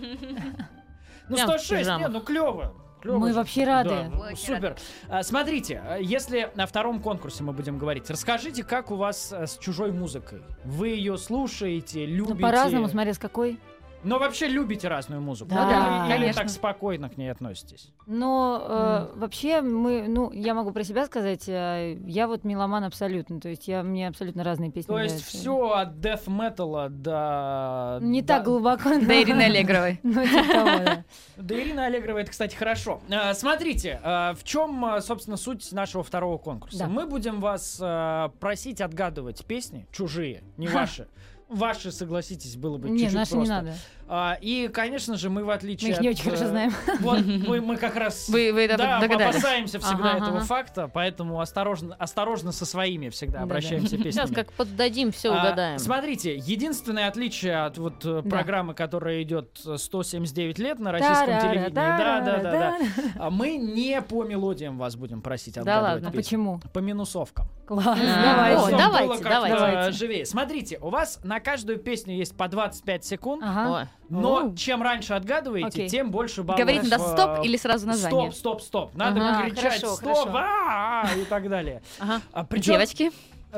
S1: Ну,
S4: Прям в
S1: 106, не,
S4: пижамах.
S1: ну клево. клево
S3: Мы
S1: же.
S3: вообще рады.
S1: Да, ну,
S2: Очень
S1: супер. А, Смотрите, а, если на втором конкурсе мы будем говорить, расскажите, как у вас а, с чужой музыкой? Вы ее слушаете, любите?
S3: Ну, по-разному, смотря с какой.
S1: Но вообще любите разную музыку?
S3: Да,
S1: Или- или,
S3: конечно.
S1: так спокойно к ней относитесь?
S3: Но э, вообще мы, ну, я могу про себя сказать, э, я вот меломан абсолютно, то есть я мне абсолютно разные песни.
S1: То есть
S3: нравятся.
S1: все от death металла до...
S3: Не
S1: до-
S3: так глубоко. но-
S2: До Ирины Аллегровой.
S3: но типа того, да.
S1: Да Ирина Аллегрова, это, кстати, хорошо. Э, Смотрите, э, в чем, э, собственно, суть нашего второго конкурса?
S3: Да.
S1: Мы будем вас э, просить отгадывать песни, чужие, не ваши. Ваши, согласитесь, было бы
S3: Не,
S1: чуть-чуть
S3: наши не
S1: просто.
S3: надо.
S1: А, И, конечно же, мы в отличие
S3: Мы их не
S1: от,
S3: очень хорошо
S1: э,
S3: знаем.
S1: Вот мы, мы как раз
S2: Вы, вы это
S1: да,
S2: догадались.
S1: опасаемся всегда
S4: Ага,
S1: этого
S4: ага.
S1: факта, поэтому осторожно, осторожно со своими всегда
S3: Да-да.
S1: обращаемся песнями.
S4: Сейчас как поддадим, все
S1: А,
S4: угадаем.
S1: смотрите, единственное отличие от вот э,
S3: Да.
S1: программы, которая идет э, 179 лет на российском телевидении, да, да, да, да, а мы не по мелодиям вас будем просить отгадывать
S4: ладно.
S3: А
S1: песни.
S3: почему? А,
S1: По минусовкам.
S3: Класс,
S4: Давайте.
S1: Чтобы
S4: О,
S3: давай.
S4: да.
S1: было
S4: давайте,
S1: как-то э,
S4: давайте. Давайте.
S1: живее. Смотрите, у вас на каждую песню есть по 25 секунд,
S3: Ага.
S4: Ой.
S1: но
S3: Оу.
S1: чем раньше отгадываете,
S3: Окей.
S1: тем больше баллов.
S2: Говорить надо
S1: э,
S2: стоп или сразу название.
S1: Стоп, стоп, стоп. Надо
S4: Ага.
S1: кричать
S4: Хорошо,
S1: стоп
S4: хорошо.
S1: а-а-а, и так далее.
S4: Ага.
S1: А, причем-
S2: Девочки,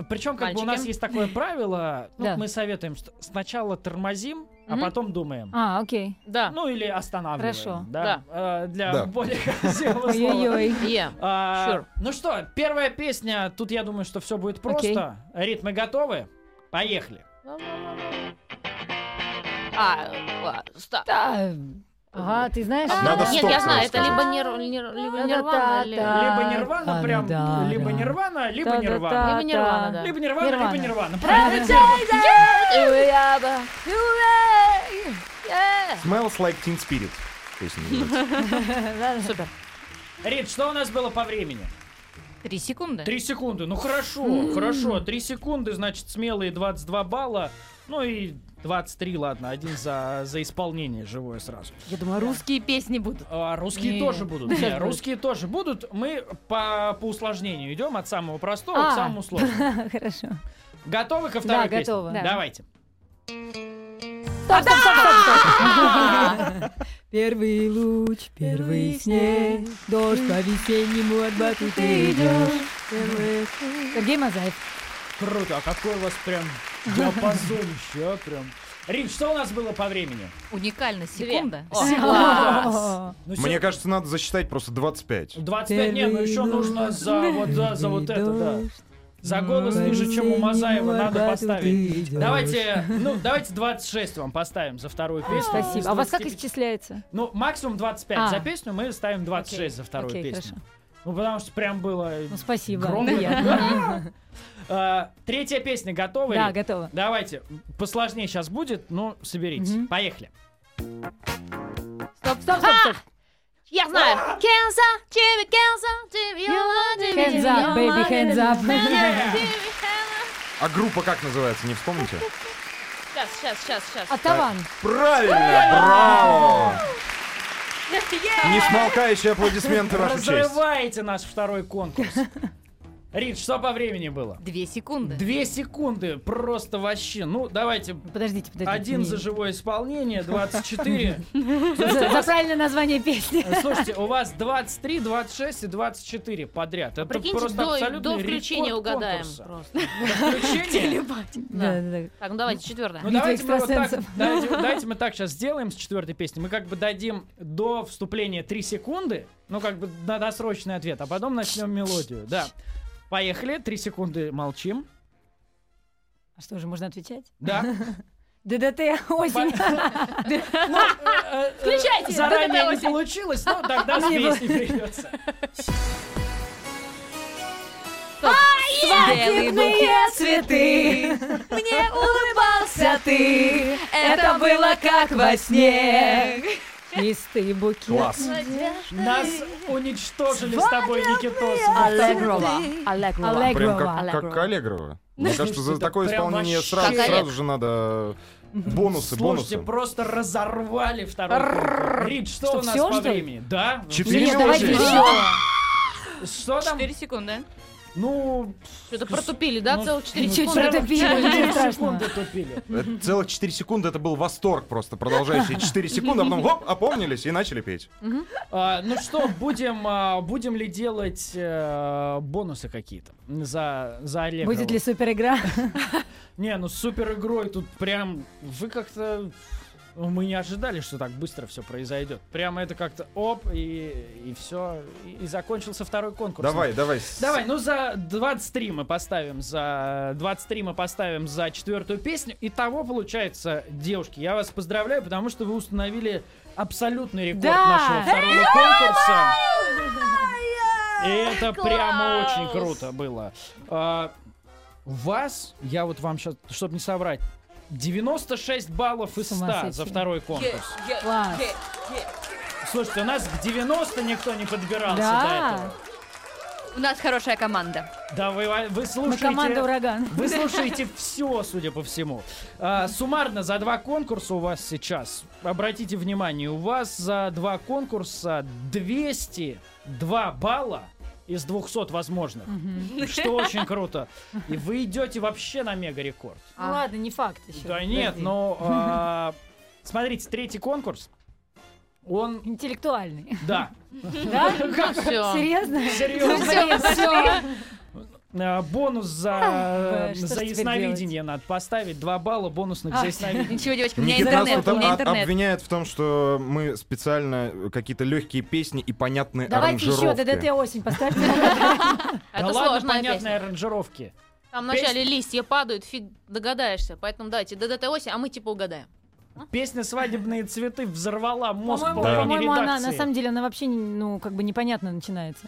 S1: причем, Э, как бы у
S4: Мальчики.
S1: нас есть такое правило, ну,
S3: Да.
S1: мы советуем, что сначала тормозим, а
S4: Мгм.
S1: потом думаем.
S3: А, окей.
S4: Да.
S1: Ну или останавливаем.
S3: Хорошо.
S1: Да. Э, Для
S6: Да.
S1: более красивого слова.
S3: Ой-ой-ой.
S4: Е.
S1: А,
S4: Sure.
S1: Ну что, первая песня. Тут я думаю, что все будет просто. Ритмы готовы? Поехали.
S4: А, э, стоп.
S3: Да. А, Ага, ты знаешь?
S6: Надо
S4: А, Нет,
S6: стоп
S4: я знаю, это
S6: сразу
S4: либо нир- нир- либо
S3: Да-да-да-да.
S4: нирвана, или...
S1: Либо
S3: Так,
S1: Нирвана,
S3: а,
S1: прям.
S3: да,
S1: Либо
S3: да.
S1: Нирвана, либо
S3: Та-та-та.
S1: Нирвана.
S4: Либо Нирвана, да.
S1: Либо Нирвана, либо
S3: Нирвана.
S1: Нирвана. Правильно.
S3: Правильно.
S6: Smells like Teen Spirit. Песня называется.
S4: Супер.
S1: Рит, что у нас было по времени?
S2: три секунды.
S1: Три секунды. Ну хорошо, хорошо. Три секунды, значит, смелые 22 балла. Ну и 23, ладно, один за, за исполнение живое сразу.
S3: Я думаю, русский.
S2: Русские песни будут.
S1: А, русские
S3: Не.
S1: тоже будут. Не,
S3: Сейчас будет.
S1: русские тоже будут. Мы по, по усложнению идем от самого простого к
S3: А.
S1: самому сложному.
S3: Хорошо.
S1: Готовы ко
S3: Да,
S1: второй песне?
S3: готова.
S2: Да.
S1: Давайте.
S3: Стоп, стоп, стоп, стоп, стоп. Первый луч, первый снег, дождь по-весеннему от батуты идешь. Сергей Мазаев.
S1: Круто, а какой у вас прям диапазон еще, а, прям. Рин, что у нас было по времени?
S2: Уникально, секунда.
S4: О,
S3: Класс.
S1: Ну,
S6: Мне
S1: всё-
S6: кажется, надо засчитать просто 25.
S1: 25, не, ну еще нужно за вот, за, за вот это, да. За голос ниже, чем у Мазаева, надо поставить. Давайте, ну, давайте 26 вам поставим за вторую песню. Из
S3: Спасибо. А у вас как
S1: 25.
S3: исчисляется?
S1: Ну, максимум 25
S3: А.
S1: за песню, мы ставим 26 за вторую
S3: Окей,
S1: песню.
S3: хорошо.
S1: Ну, потому что прям было
S3: Ну, спасибо.
S1: громко.
S3: Приятно.
S1: А, Третья песня готова?
S3: Да,
S1: Рит?
S3: готово.
S1: Давайте, посложнее сейчас будет, но соберитесь.
S3: Мгм.
S1: Поехали.
S3: Стоп, стоп, стоп, стоп.
S4: Я знаю. Кенза, Чиви, Кенза, Чиви, Йола, Чиви,
S3: Hands up,
S4: Йола,
S3: baby, hands up.
S6: А группа как называется, не вспомните?
S4: Сейчас, сейчас, сейчас, сейчас.
S3: Атаван.
S6: Правильно! Браво! Несмолкающие аплодисменты вашей честь.
S1: Разрываете наш второй конкурс. Рит, что по времени было?
S2: Две секунды.
S1: Две секунды, просто вообще. Ну, давайте
S3: Подождите, подождите.
S1: один
S3: не-
S1: за живое исполнение, 24.
S3: За, за правильное название песни.
S1: Слушайте, у вас 23, 26 и 24 подряд. Это
S4: Прикиньте,
S1: просто
S4: до,
S1: абсолютный
S4: до включения
S1: рекорд
S4: угадаем.
S1: конкурса.
S4: Просто.
S1: До включения?
S3: Да, да, да.
S4: Так, ну давайте, четвертое.
S1: Ну
S3: Битва
S1: давайте мы, вот так,
S3: экстрасенсов.
S1: давайте, давайте мы так сейчас сделаем с четвертой песни. Мы как бы дадим до вступления 3 секунды, ну как бы на досрочный ответ, а потом начнем мелодию. Да. Поехали, 3 секунды молчим.
S3: А что же, можно отвечать?
S1: Да.
S3: ДДТ осень.
S1: Включайте! Э, Заранее не получилось, но тогда с песней придется.
S10: Свадебные цветы
S2: Мне улыбался
S10: ты. Это было как во сне.
S3: Листы, букет.
S6: Класс.
S1: Нас уничтожили с тобой, Никитос.
S10: Аллегрова.
S3: Аллегрова.
S6: Прям как, как Аллегрова. Мне кажется,
S1: слушайте,
S6: за такое
S1: да прям
S6: исполнение
S1: вообще.
S6: сразу,
S4: Как
S6: сразу
S4: Олег.
S6: же надо бонусы,
S1: Слушайте,
S6: бонусы.
S1: просто разорвали второй. конкурс. Рит, что,
S3: Что,
S1: у нас
S3: всё,
S1: по
S3: что ли?
S1: времени? Да.
S6: Четыре
S3: Нет, давайте
S6: мелодии.
S3: еще.
S1: Что там?
S2: Четыре секунды.
S1: Ну,
S4: Что-то протупили, да,
S1: Ну,
S4: целых 4
S3: ну,
S4: секунды?
S3: прям- Протупили, ничего
S1: четыре
S3: страшного.
S1: секунды тупили.
S6: Это Целых 4 секунды это был восторг просто, продолжающий 4 секунды, а потом хоп, опомнились и начали петь.
S1: А, ну что, будем, а, будем ли делать э, бонусы какие-то за, за Аллегрову?
S3: Будет ли супер игра?
S1: Не, ну с супер игрой тут прям вы как-то... Мы не ожидали, что так быстро все произойдет. Прямо это как-то оп, и, и все. И, и закончился второй конкурс.
S6: Давай, давай. с-
S1: Давай, ну за 23 мы поставим за 23 мы поставим за четвертую песню. и того получается, девушки, я вас поздравляю, потому что вы установили абсолютный рекорд
S3: Да!
S1: нашего второго конкурса. И это прямо очень круто было. А, У вас, я вот вам сейчас, чтобы не соврать, 96 баллов из 100 за
S3: Сумасшедшие.
S1: второй конкурс.
S3: Класс.
S1: Слушайте, у нас к 90 никто не подбирался до этого.
S3: Да.
S2: У нас хорошая команда.
S1: Да, вы, вы
S3: Мы
S1: слушаете...
S3: команда ураган.
S1: Вы слушаете все, судя по всему. А, суммарно за два конкурса у вас сейчас, обратите внимание, у вас за два конкурса 202 балла из 200 возможных. Что очень круто. И вы идете вообще на мега-рекорд.
S3: Ну ладно, не факт еще.
S1: Да нет, но... а, Смотрите, третий конкурс. Он,
S3: Интеллектуальный.
S1: да,
S3: Да?
S4: Ну, Все.
S3: Серьезно?
S1: серьезно.
S3: Блин,
S1: А, Бонус за, э,
S3: Ой, что ж
S1: за
S3: теперь
S1: ясновидение надо поставить. Два балла бонусных
S3: А,
S1: за ясновидение.
S2: Ничего, девочки, у меня
S6: Никита нас
S2: интернет,
S6: тут
S2: у меня
S6: об-
S2: интернет.
S6: обвиняет в том, что мы специально какие-то легкие песни и понятные
S3: Давайте еще
S6: аранжировки.
S3: ДДТ осень поставьте.
S1: да
S4: Это
S1: ладно,
S4: сложная песня.
S1: понятные аранжировки.
S4: Там вначале листья падают, фиг догадаешься. Поэтому давайте ДДТ осень, а мы типа угадаем.
S1: Песня «Свадебные цветы» взорвала мозг
S3: По-моему,
S6: Да.
S1: половине
S3: по-моему, она
S1: редакции.
S3: на самом деле она вообще не- ну как бы непонятно начинается.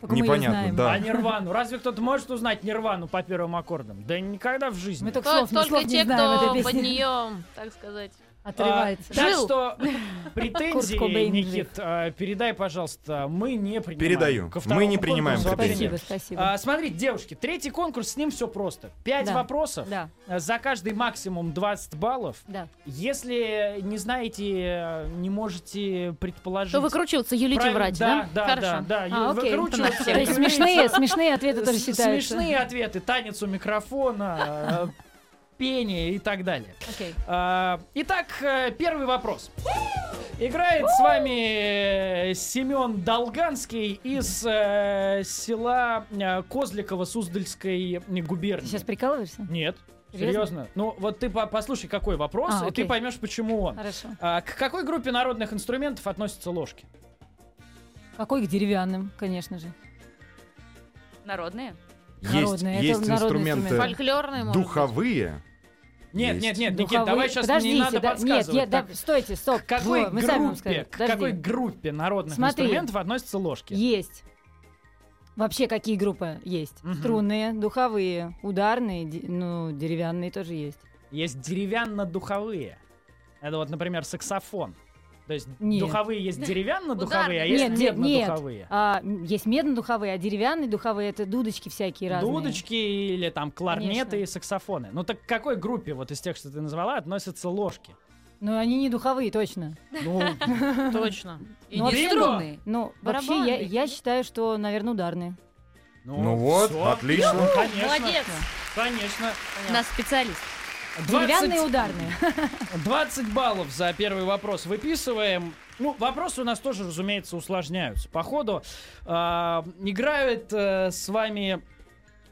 S3: Только мы её
S6: Непонятно,
S3: знаем.
S6: да.
S1: А Нирвану? Разве кто-то может узнать Нирвану по первым аккордам? Да никогда в жизни.
S3: Мы только
S4: То-
S3: слов, мы
S4: Только
S3: слов не
S4: те,
S3: знаем
S4: кто
S3: этой
S4: под
S3: песни.
S4: нее, так сказать.
S1: А,
S3: Отрывается.
S1: так
S4: Жил.
S1: что претензии,
S3: Курт Кобейн жив.
S1: Никит, а, передай, пожалуйста, мы не принимаем.
S6: Передаю.
S1: Ко второму
S6: Мы не принимаем
S1: конкурсу вообще
S6: претензий.
S3: Спасибо,
S1: нет.
S3: спасибо.
S1: А, смотрите, девушки, третий конкурс, с ним все просто. Пять
S3: Да.
S1: вопросов,
S3: Да,
S1: а, за каждый максимум 20 баллов.
S3: да.
S1: Если не знаете, э, не можете предположить...
S4: То выкручиваться, юлите
S1: правильно-
S4: врать,
S1: да? Да,
S4: Хорошо.
S1: да, да,
S4: А,
S1: ю-
S4: окей,
S1: выкручиваться.
S3: То есть
S1: Разумеется,
S3: смешные, смешные ответы тоже
S1: С-
S3: считаются.
S1: Смешные ответы, танец у микрофона, э, пение и так далее.
S4: Окей.
S1: А, Итак, э, первый вопрос. Играет с вами э, Семен Долганский из э, села э, Козликово Суздальской
S3: Ты
S1: губернии.
S3: сейчас прикалываешься?
S1: Нет,
S3: Серьезно?
S1: серьезно. Ну вот ты по- послушай, какой вопрос,
S3: А,
S1: и ты
S3: окей.
S1: поймешь, почему он.
S3: Хорошо.
S1: А, к какой группе народных инструментов относятся ложки?
S3: Какой к деревянным, конечно же.
S2: Народные?
S6: Есть,
S3: Народные, это
S6: есть
S3: народный
S6: инструменты
S3: инструмент.
S4: Фольклорный, может
S6: духовые.
S1: Нет,
S6: Есть.
S1: нет, нет, Никит,
S3: Духовые-
S1: давай сейчас
S3: Подождите,
S1: не надо
S3: да, нет,
S1: подсказывать.
S3: я, да,
S1: Так,
S3: стойте, стоп.
S1: К какой,
S3: Во, мы сами вам
S1: группе,
S3: скажем.
S1: к
S3: Подожди.
S1: какой группе народных
S3: Смотри.
S1: инструментов относятся ложки?
S3: Есть. Вообще, какие группы есть?
S1: Мгм.
S3: Струнные, духовые, ударные, де- ну, деревянные тоже есть.
S1: Есть деревянно-духовые. Это вот, например, саксофон. То есть
S3: Нет.
S1: духовые есть деревянно-духовые, а
S4: Ударные.
S1: есть
S3: Нет, нет, нет.
S1: медно-духовые.
S3: А, м, есть медно-духовые, а деревянные духовые это дудочки всякие разные.
S1: Дудочки или там кларнеты
S3: Конечно.
S1: и саксофоны. Ну так к какой группе вот из тех, что ты назвала, относятся ложки?
S3: Но они не духовые, точно.
S1: Ну,
S4: быть. Точно.
S2: И
S3: Ну,
S2: не
S1: бинго.
S2: струнные.
S3: Ну,
S2: Барабанные.
S3: вообще, я, я считаю, что, наверное, ударные.
S6: Ну вот,
S1: всё. Ну,
S6: отлично.
S1: Конечно,
S4: Молодец.
S1: конечно.
S2: У нас специалист.
S1: 20
S10: Деревянные ударные.
S1: 20 баллов за первый вопрос выписываем. Ну, вопросы у нас тоже, разумеется, усложняются. По ходу а, играют э, с вами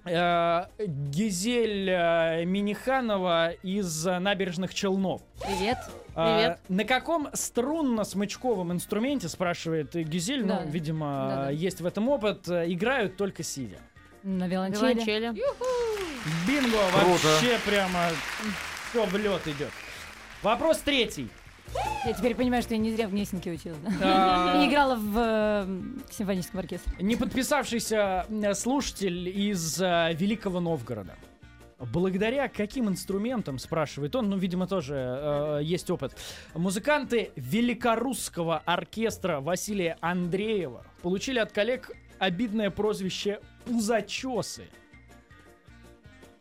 S1: э, Гизель э, Миниханова из э, «Набережных Челнов».
S4: Привет.
S1: А,
S4: Привет.
S1: на каком струнно-смычковом инструменте, спрашивает э, Гизель,
S3: Да.
S1: ну, видимо,
S3: Да-да.
S1: есть в этом опыт, э, играют только сидя.
S3: На виолончели.
S4: Виолончели.
S1: Бинго,
S6: Круто.
S1: вообще прямо все в лед идет. Вопрос третий.
S3: Я теперь понимаю, что я не зря в Гнесинке училась. да.
S1: А,
S3: И играла в э, симфоническом оркестре.
S1: Не подписавшийся э, слушатель из э, Великого Новгорода. Благодаря каким инструментам, спрашивает он, ну, видимо, тоже э, есть опыт, музыканты Великорусского оркестра Василия Андреева получили от коллег обидное прозвище «пузачесы».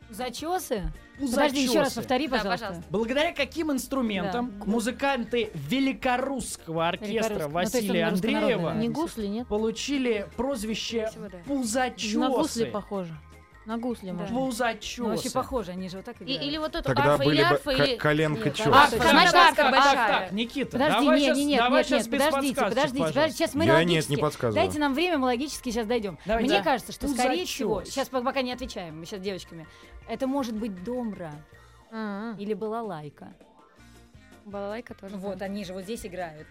S3: Зачесы? Подожди, еще раз
S1: Пузачесы.
S3: повтори,
S2: Да,
S3: пожалуйста.
S1: Благодаря каким инструментам музыканты Великорусского оркестра
S3: Великорусского. Ну, то есть он
S1: Василия
S3: руссконародный,
S1: Андреева
S3: да.
S4: Не гусли, нет?
S1: получили прозвище
S2: Всего, да.
S4: На гусли
S1: «пузачесы».
S4: похоже. На гусли,
S3: Да.
S4: может.
S1: Пузачесы.
S3: Ну, вообще похоже, они же вот так
S11: И-
S3: играют.
S11: или вот эту
S6: Тогда
S11: арфа
S6: были
S11: или
S6: бы
S11: арфа,
S6: ка-
S11: или...
S6: коленка
S3: Нет,
S6: чё.
S3: арфа.
S1: Так,
S3: Арфа,
S1: так,
S3: значит,
S1: так,
S3: арфа
S1: так,
S2: большая.
S1: так, Никита,
S3: Подожди,
S1: давай
S3: не,
S1: щас-
S3: не, нет,
S1: давай
S3: нет,
S1: щас
S3: нет,
S1: без
S3: подождите,
S1: подсказочек,
S3: подождите,
S1: пожалуйста.
S3: подождите. Сейчас мы
S6: Я нет, не
S3: логически.
S6: подсказываю.
S3: Дайте нам время, мы логически сейчас дойдем.
S1: Давайте.
S3: Мне
S1: Да.
S3: кажется, что, скорее
S1: Пузачёс.
S3: всего, сейчас пока не отвечаем, мы сейчас девочками, это может быть домра
S4: М-м.
S3: или балалайка.
S2: Балалайка тоже.
S3: Вот, они же вот здесь играют.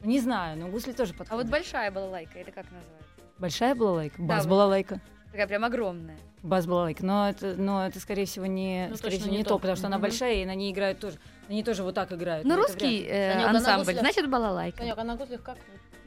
S3: Не знаю, но гусли тоже
S2: А вот
S3: подходят.
S2: большая балалайка, это как называется?
S3: большая балалайка? Бас
S2: вот.
S3: балалайка.
S2: Такая прям огромная.
S3: Бас балалайка. Но это, но это, скорее всего, не,
S4: Ну,
S3: скорее
S4: точно
S3: всего, не
S4: не
S3: то,
S4: то.
S3: потому что она
S4: Мгм.
S3: большая, и на ней играют тоже. Они тоже вот так играют. но
S2: Ну,
S3: это вряд
S2: русский
S3: ли.
S2: э,
S4: Санёк, она
S2: ансамбль,
S4: гусли.
S2: значит, балалайка.
S4: Санёк, а на гуслях как?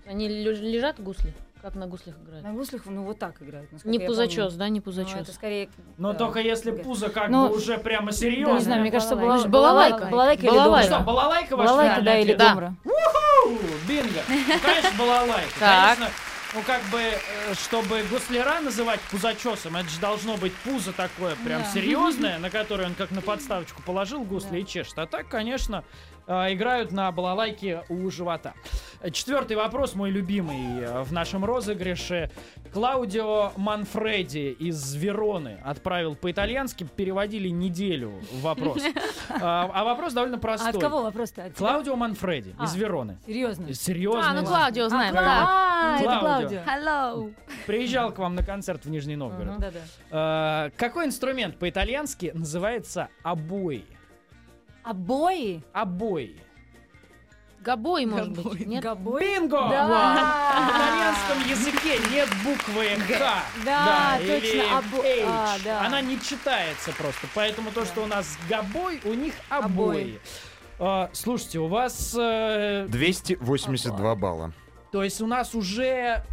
S4: Они лю- лежат гусли? Как на гуслях играют?
S3: На гуслях, ну, вот так играют. насколько
S4: Не
S3: я
S4: пузачес, да, не
S3: помню. Ну, это
S4: пузачес.
S3: скорее...
S1: Но
S3: да.
S1: только если пузо как
S3: Ну,
S1: бы уже прямо
S3: Да,
S1: серьезно.
S3: не знаю, мне кажется,
S4: балалайка.
S3: балалайка.
S4: Балалайка.
S3: Балалайка или
S4: Балалайка.
S3: домра.
S1: Что, балалайка ваша
S3: Балалайка, да,
S1: финальная
S3: или
S1: ответ?
S4: Да.
S3: домра.
S1: Фу, Бинго. Ну, конечно, балалайка.
S4: Так.
S1: Конечно, ну как бы, э, чтобы гусляра называть пузачесом, это же должно быть пузо такое прям
S3: Да.
S1: серьезное, на которое он как на подставочку положил гусли и чешет. А так, конечно, э, играют на балалайке у живота. Э, Четвертый вопрос, мой любимый э, в нашем розыгрыше. Клаудио Манфреди из Вероны отправил по-итальянски, переводили неделю вопрос. А а вопрос довольно
S3: А
S1: простой.
S3: от кого вопрос-то? От тебя?
S1: Клаудио Манфреди из
S3: А.
S1: Вероны.
S3: Серьезно?
S1: Серьезно.
S4: А, ну Клаудио знаем. да.
S3: А, это
S1: Клаудио.
S3: Клаудио.
S2: Hello.
S1: Приезжал к вам на концерт в Нижний
S4: ну.
S1: Новгород.
S3: Да, да.
S1: Э, какой инструмент по-итальянски называется обои?
S3: А Обои?
S1: Обои.
S4: Гобой, может быть, нет?
S3: Гобои?
S1: Бинго!
S3: Да.
S1: В итальянском языке нет буквы К.
S3: Да,
S1: или
S3: точно, обо-
S1: H.
S3: а, да.
S1: Она не читается просто. Поэтому то, что у нас гобой, у них обои.
S3: Обои.
S1: Э, слушайте, у вас... э,
S6: 282 балла.
S1: то есть у нас уже...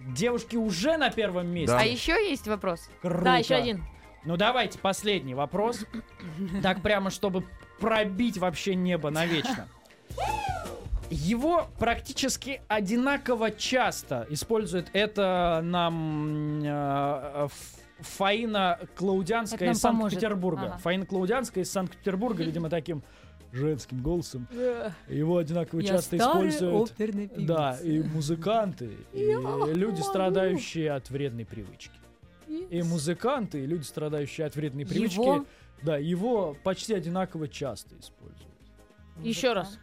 S1: Девушки уже на первом месте.
S6: Да.
S2: А еще есть вопрос?
S3: А,
S1: Круто.
S4: Да, еще один.
S1: Ну давайте последний вопрос. Так прямо, чтобы пробить вообще небо навечно. Его практически одинаково часто использует это нам э, Ф- Фаина
S3: Это
S1: Клаудянская
S3: нам
S1: из
S3: поможет.
S1: Санкт-Петербурга.
S3: Ага.
S1: Фаина Клаудянская из Санкт-Петербурга, видимо, таким женским голосом. Его одинаково часто используют.
S3: оперный
S1: Да, и музыканты, и люди, страдающие от вредной привычки. И музыканты, и люди, страдающие от вредной привычки,
S3: Его?
S1: да, его почти одинаково часто используют.
S4: Еще раз.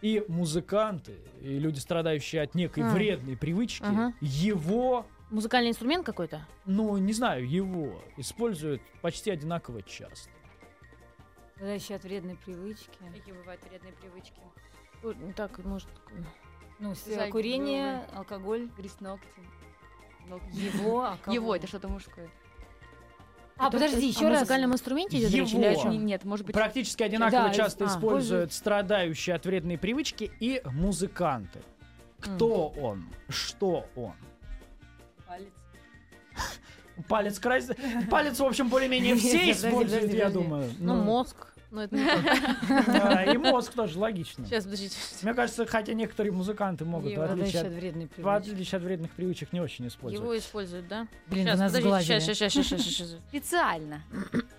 S1: И музыканты, и люди, страдающие от некой
S4: М.
S1: вредной привычки,
S4: Ага.
S1: его,
S4: Музыкальный инструмент какой-то?
S1: ну, не знаю, его используют почти одинаково часто.
S3: Возвращающий от вредной привычки.
S2: Какие бывают вредные привычки?
S4: Ой, ну Так, может,
S3: Ну, с-
S2: Зайки
S3: курение, алкоголь.
S2: Грызть ногти. Ногти.
S3: Его, а кого?
S2: Его, это что-то мужское.
S3: А, подожди, еще
S4: О
S3: раз.
S4: музыкальном инструменте идет речь?
S1: Его.
S4: или о
S2: Не-
S4: чем?
S2: Нет, может быть...
S1: Практически одинаково
S3: Да,
S1: часто
S4: а,
S1: используют страдающие от вредной привычки и музыканты. Кто он? Что он?
S3: Палец.
S1: Палец красит. Палец, в общем, более-менее все
S3: Подожди,
S1: используют,
S3: подожди,
S1: я
S3: подожди.
S1: думаю.
S4: Ну, мозг. Ну, это не то.
S1: да, И мозг тоже, логично.
S4: Сейчас, подождите.
S1: Мне кажется, хотя некоторые музыканты могут, в
S4: Его
S1: отличие
S3: Возвращающий от
S1: от,
S3: вредной
S1: в
S3: привычки.
S1: отличие от вредных привычек, не очень используют.
S4: Его используют, да?
S3: Блин,
S4: Сейчас,
S3: нас
S4: подождите,
S3: сглазили.
S4: сейчас, сейчас, сейчас, сейчас, сейчас, сейчас.
S2: Специально.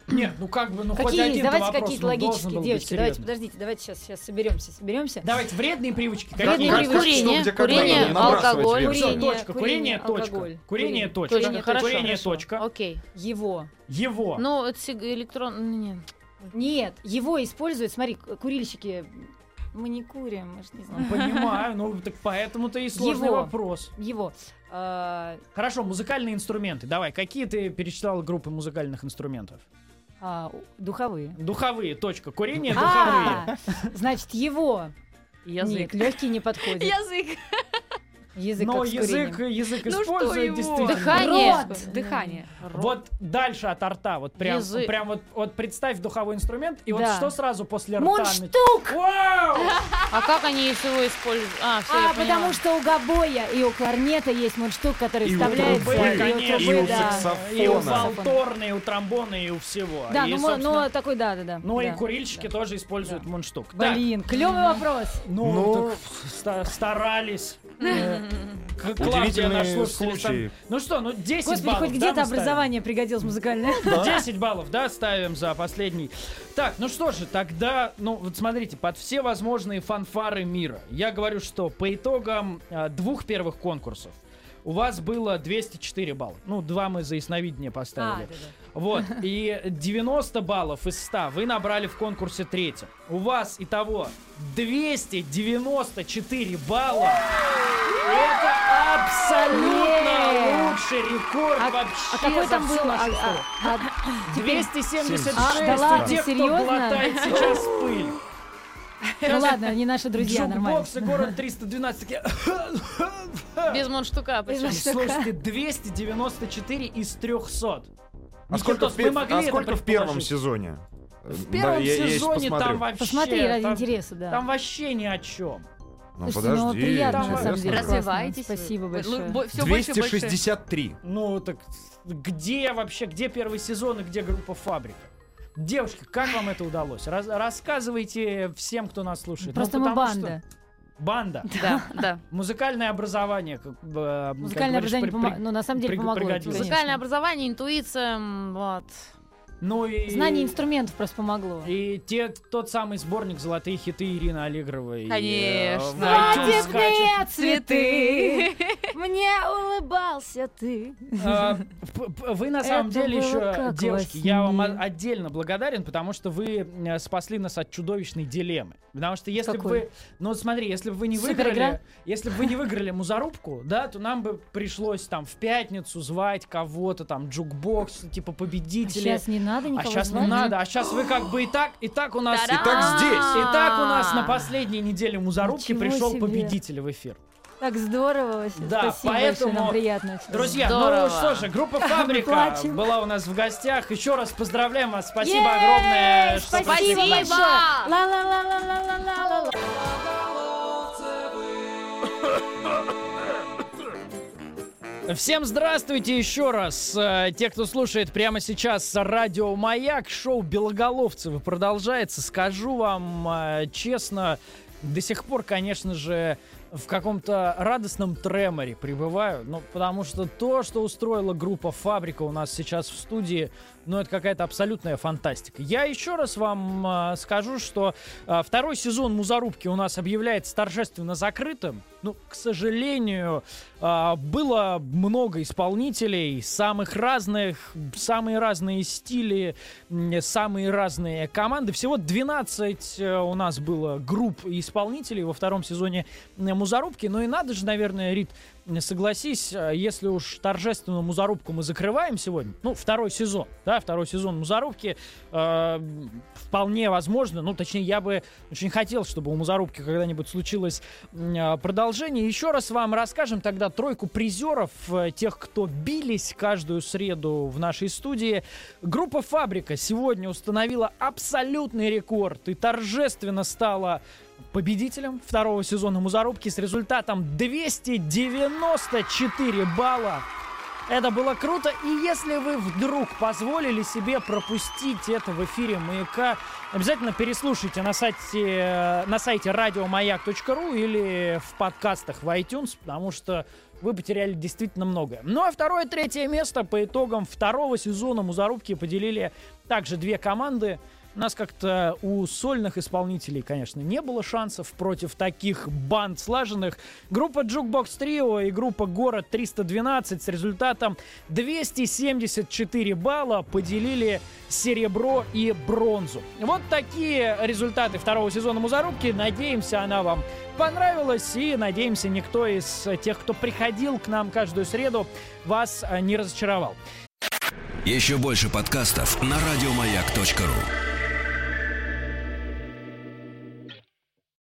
S1: Нет, ну как бы, ну хоть
S3: Какие есть?
S1: один
S3: Давайте
S1: вопрос,
S3: какие-то
S1: ну, должен
S3: логические,
S1: был быть
S3: девочки. Давайте,
S1: серьезный.
S3: подождите, давайте сейчас, сейчас соберемся, соберемся.
S1: Давайте, вредные привычки.
S6: Как-
S1: какие?
S6: как-
S4: привычки.
S6: что,
S4: Курение,
S6: где, когда
S4: курение,
S6: надо набрасывать
S4: алкоголь.
S6: вверх?
S1: Всё,
S3: Курение,
S1: точка, курение,
S3: курение,
S1: точка.
S3: алкоголь.
S1: Курение, точка.
S4: Курение, хорошо,
S1: Курение,
S4: хорошо.
S1: точка.
S4: Окей.
S3: Его. А.
S1: Его.
S4: Ну, это сиг- электрон... не, не.
S3: Нет, его используют, смотри, к- курильщики. Мы не курим, мы же не знаем.
S1: Ну, Понимаю, ну так поэтому-то и сложный
S3: Его.
S1: вопрос.
S3: Его. А,
S1: Хорошо, музыкальные инструменты. Давай, какие ты перечитал группы музыкальных инструментов?
S3: а, у- духовые.
S1: Духовые, точка. Курение, духовые.
S3: А, значит, его.
S4: Язык.
S3: Нет, легкие не подходят.
S2: Язык.
S3: Язык
S1: Но
S3: как с
S1: язык,
S3: курением.
S1: язык
S2: Ну что
S1: использует
S2: его?
S1: действительно.
S4: Дыхание.
S3: Рот.
S2: Дыхание.
S1: Вот дальше от рта, вот прям,
S4: Язык.
S1: прям вот, вот представь духовой инструмент, и вот
S3: Да.
S1: что сразу после рта?
S3: Мундштук!
S1: Вау!
S4: А как они его используют? А, все,
S3: А, потому что у гобоя и у кларнета есть мундштук, который
S6: И у
S3: вставляется.
S6: трубы,
S1: конечно,
S3: и у
S6: и
S3: трубы,
S6: у
S3: да.
S6: саксофона.
S1: И у
S3: Саксофон.
S1: фалторны, и у тромбона, и у всего.
S3: Да,
S1: И,
S3: ну, мо-
S1: собственно,
S3: ну, такой, да, да, да.
S1: ну и
S3: да.
S1: курильщики тоже используют мундштук. Так,
S3: Блин, клевый вопрос.
S1: Ну,
S6: Ну,
S1: так ста- старались. Э, К- Клавдия, наш
S6: Удивительный
S1: слушатель, там-
S6: случай.
S1: Ну что, ну 10
S3: Господи,
S1: баллов,
S3: хоть
S1: да, А
S3: где-то
S1: мы ставим?
S3: образование пригодилось музыкальное.
S1: 10 баллов, да, ставим за последний. Так, ну что же, тогда, ну вот смотрите, под все возможные фанфары мира. Я говорю, что по итогам э, двух первых конкурсов у вас было 204 балла. Ну, два мы за ясновидение
S3: А,
S1: поставили. Вот, и 90 баллов из 100 вы набрали в конкурсе третьем. У вас итого 294 балла. Это абсолютно
S3: Е-е-е.
S1: лучший рекорд
S3: А-
S1: вообще
S3: а какой
S1: за
S3: там
S1: всю
S3: был? А-
S1: нашу историю.
S3: а- а-
S1: 276
S3: А, да ладно,
S1: у тех, кто
S3: серьезно?
S1: глотает сейчас пыль.
S3: Ну ладно, они наши друзья, нормально. Ну,
S1: Джукбоксы, город 312. такие,
S4: Без мундштука, причем.
S1: Слушайте, 294 из 300.
S6: А сколько,
S1: Никитос,
S6: в,
S1: мы
S6: пер-
S1: могли
S6: а
S1: это
S6: сколько в первом
S1: предположить?
S6: сезоне?
S1: В первом сезоне там вообще...
S3: Посмотри ради
S1: там-
S3: интереса, да.
S1: Там вообще ни о чем.
S6: Ну,
S3: Слушайте, ну,
S6: подожди,
S3: приятно, на самом
S6: интересно.
S3: деле. Разве-
S2: Развивайтесь.
S3: Спасибо большое.
S2: Все больше, и больше.
S6: 263.
S1: Ну так где вообще, где первый сезон и где группа Фабрика? Девушки, как вам это удалось? Раз- рассказывайте всем, кто нас слушает.
S3: Просто
S1: Ну,
S3: мы
S1: потому что-
S3: банда.
S1: Банда.
S2: Да, да.
S1: Музыкальное образование. Как, бы, э, как
S3: Музыкальное
S1: говоришь,
S3: образование
S1: при-
S3: помо-
S1: при-
S3: ну, на самом деле
S1: приг-
S3: помогло.
S1: пригодилось.
S3: конечно.
S4: Музыкальное образование, интуиция, м, вот.
S1: Ну и...
S3: Знание инструментов просто помогло.
S1: И те, тот самый сборник «Золотые хиты» Ирины Аллегровой. э,
S2: Конечно.
S1: Хватит
S3: мне цветы, мне улыбался ты.
S1: А, п- п- Вы на самом
S3: Это
S1: деле
S3: было
S1: еще,
S3: как
S1: девушки,
S3: во
S1: я вам
S3: сне.
S1: о- отдельно благодарен, потому что вы э, спасли нас от чудовищной дилеммы. Потому что если бы
S3: Какой?
S1: вы, ну вот смотри, если бы вы не
S3: Суперигра?
S1: выиграли, если бы вы не выиграли музарубку, да, то нам бы пришлось там в пятницу звать кого-то там джукбокс, типа победителей.
S3: Сейчас не надо
S1: А
S3: никого
S1: сейчас не
S3: звать.
S1: надо, а сейчас вы как бы и так, и так у нас...
S2: Та-дам!
S6: Итак, здесь.
S1: Итак, у нас на последней неделе музарубки
S3: Ничего
S1: пришел
S3: себе.
S1: победитель в эфир.
S3: Так здорово вообще.
S1: Да,
S3: Спасибо
S1: поэтому,
S3: большое, нам приятно. очень.
S1: Друзья, ну
S4: Здорово.
S1: что же, группа Фабрика
S3: плачем.
S1: была у нас в гостях. Еще раз поздравляем вас. Спасибо
S3: Ей!
S1: огромное. что
S3: Спасибо
S1: пришли.
S3: большое.
S2: Спасибо!
S3: Ла-ла-ла-ла-ла-ла-ла-ла.
S1: Всем здравствуйте еще раз. Э, Те, кто слушает прямо сейчас радио «Маяк», шоу «Белоголовцевы» продолжается. Скажу вам э, честно, до сих пор, конечно же, в каком-то радостном треморе пребываю, ну, потому что то, что устроила группа «Фабрика» у нас сейчас в студии, ну, это какая-то абсолютная фантастика. Я еще раз вам э, скажу, что э, второй сезон «Музарубки» у нас объявляется торжественно закрытым. Ну, к сожалению, а, Было много исполнителей, самых разных, самые разные стили, м, самые разные команды. Всего 12 э, у нас было групп и исполнителей во втором сезоне э, «Музарубки». Ну и надо же, наверное, Рит, э, согласись, э, если уж торжественную «Музарубку» мы закрываем сегодня, ну, второй сезон, да, второй сезон «Музарубки», э, вполне возможно, ну, точнее, я бы очень хотел, чтобы у «Музарубки» когда-нибудь случилось м, а, продолжение. Еще раз вам расскажем тогда тройку призеров, э, тех, кто бились каждую среду в нашей студии. Группа «Фабрика» сегодня установила абсолютный рекорд и торжественно стала победителем второго сезона «Музарубки» с результатом 294 балла. Это было круто. И если вы вдруг позволили себе пропустить это в эфире «Маяка», обязательно переслушайте на сайте, на сайте радиомаяк.ру или в подкастах в iTunes, потому что вы потеряли действительно многое. Ну а второе, третье место по итогам второго сезона «Музарубки» поделили также две команды. У нас как-то у сольных исполнителей, конечно, не было шансов против таких банд слаженных. Группа Jukebox Trio и группа Город 312 с результатом 274 балла поделили серебро и бронзу. Вот такие результаты второго сезона Музарубки. Надеемся, она вам понравилась и надеемся, никто из тех, кто приходил к нам каждую среду, вас э, не разочаровал.
S9: Еще больше подкастов на радиомаяк.ру.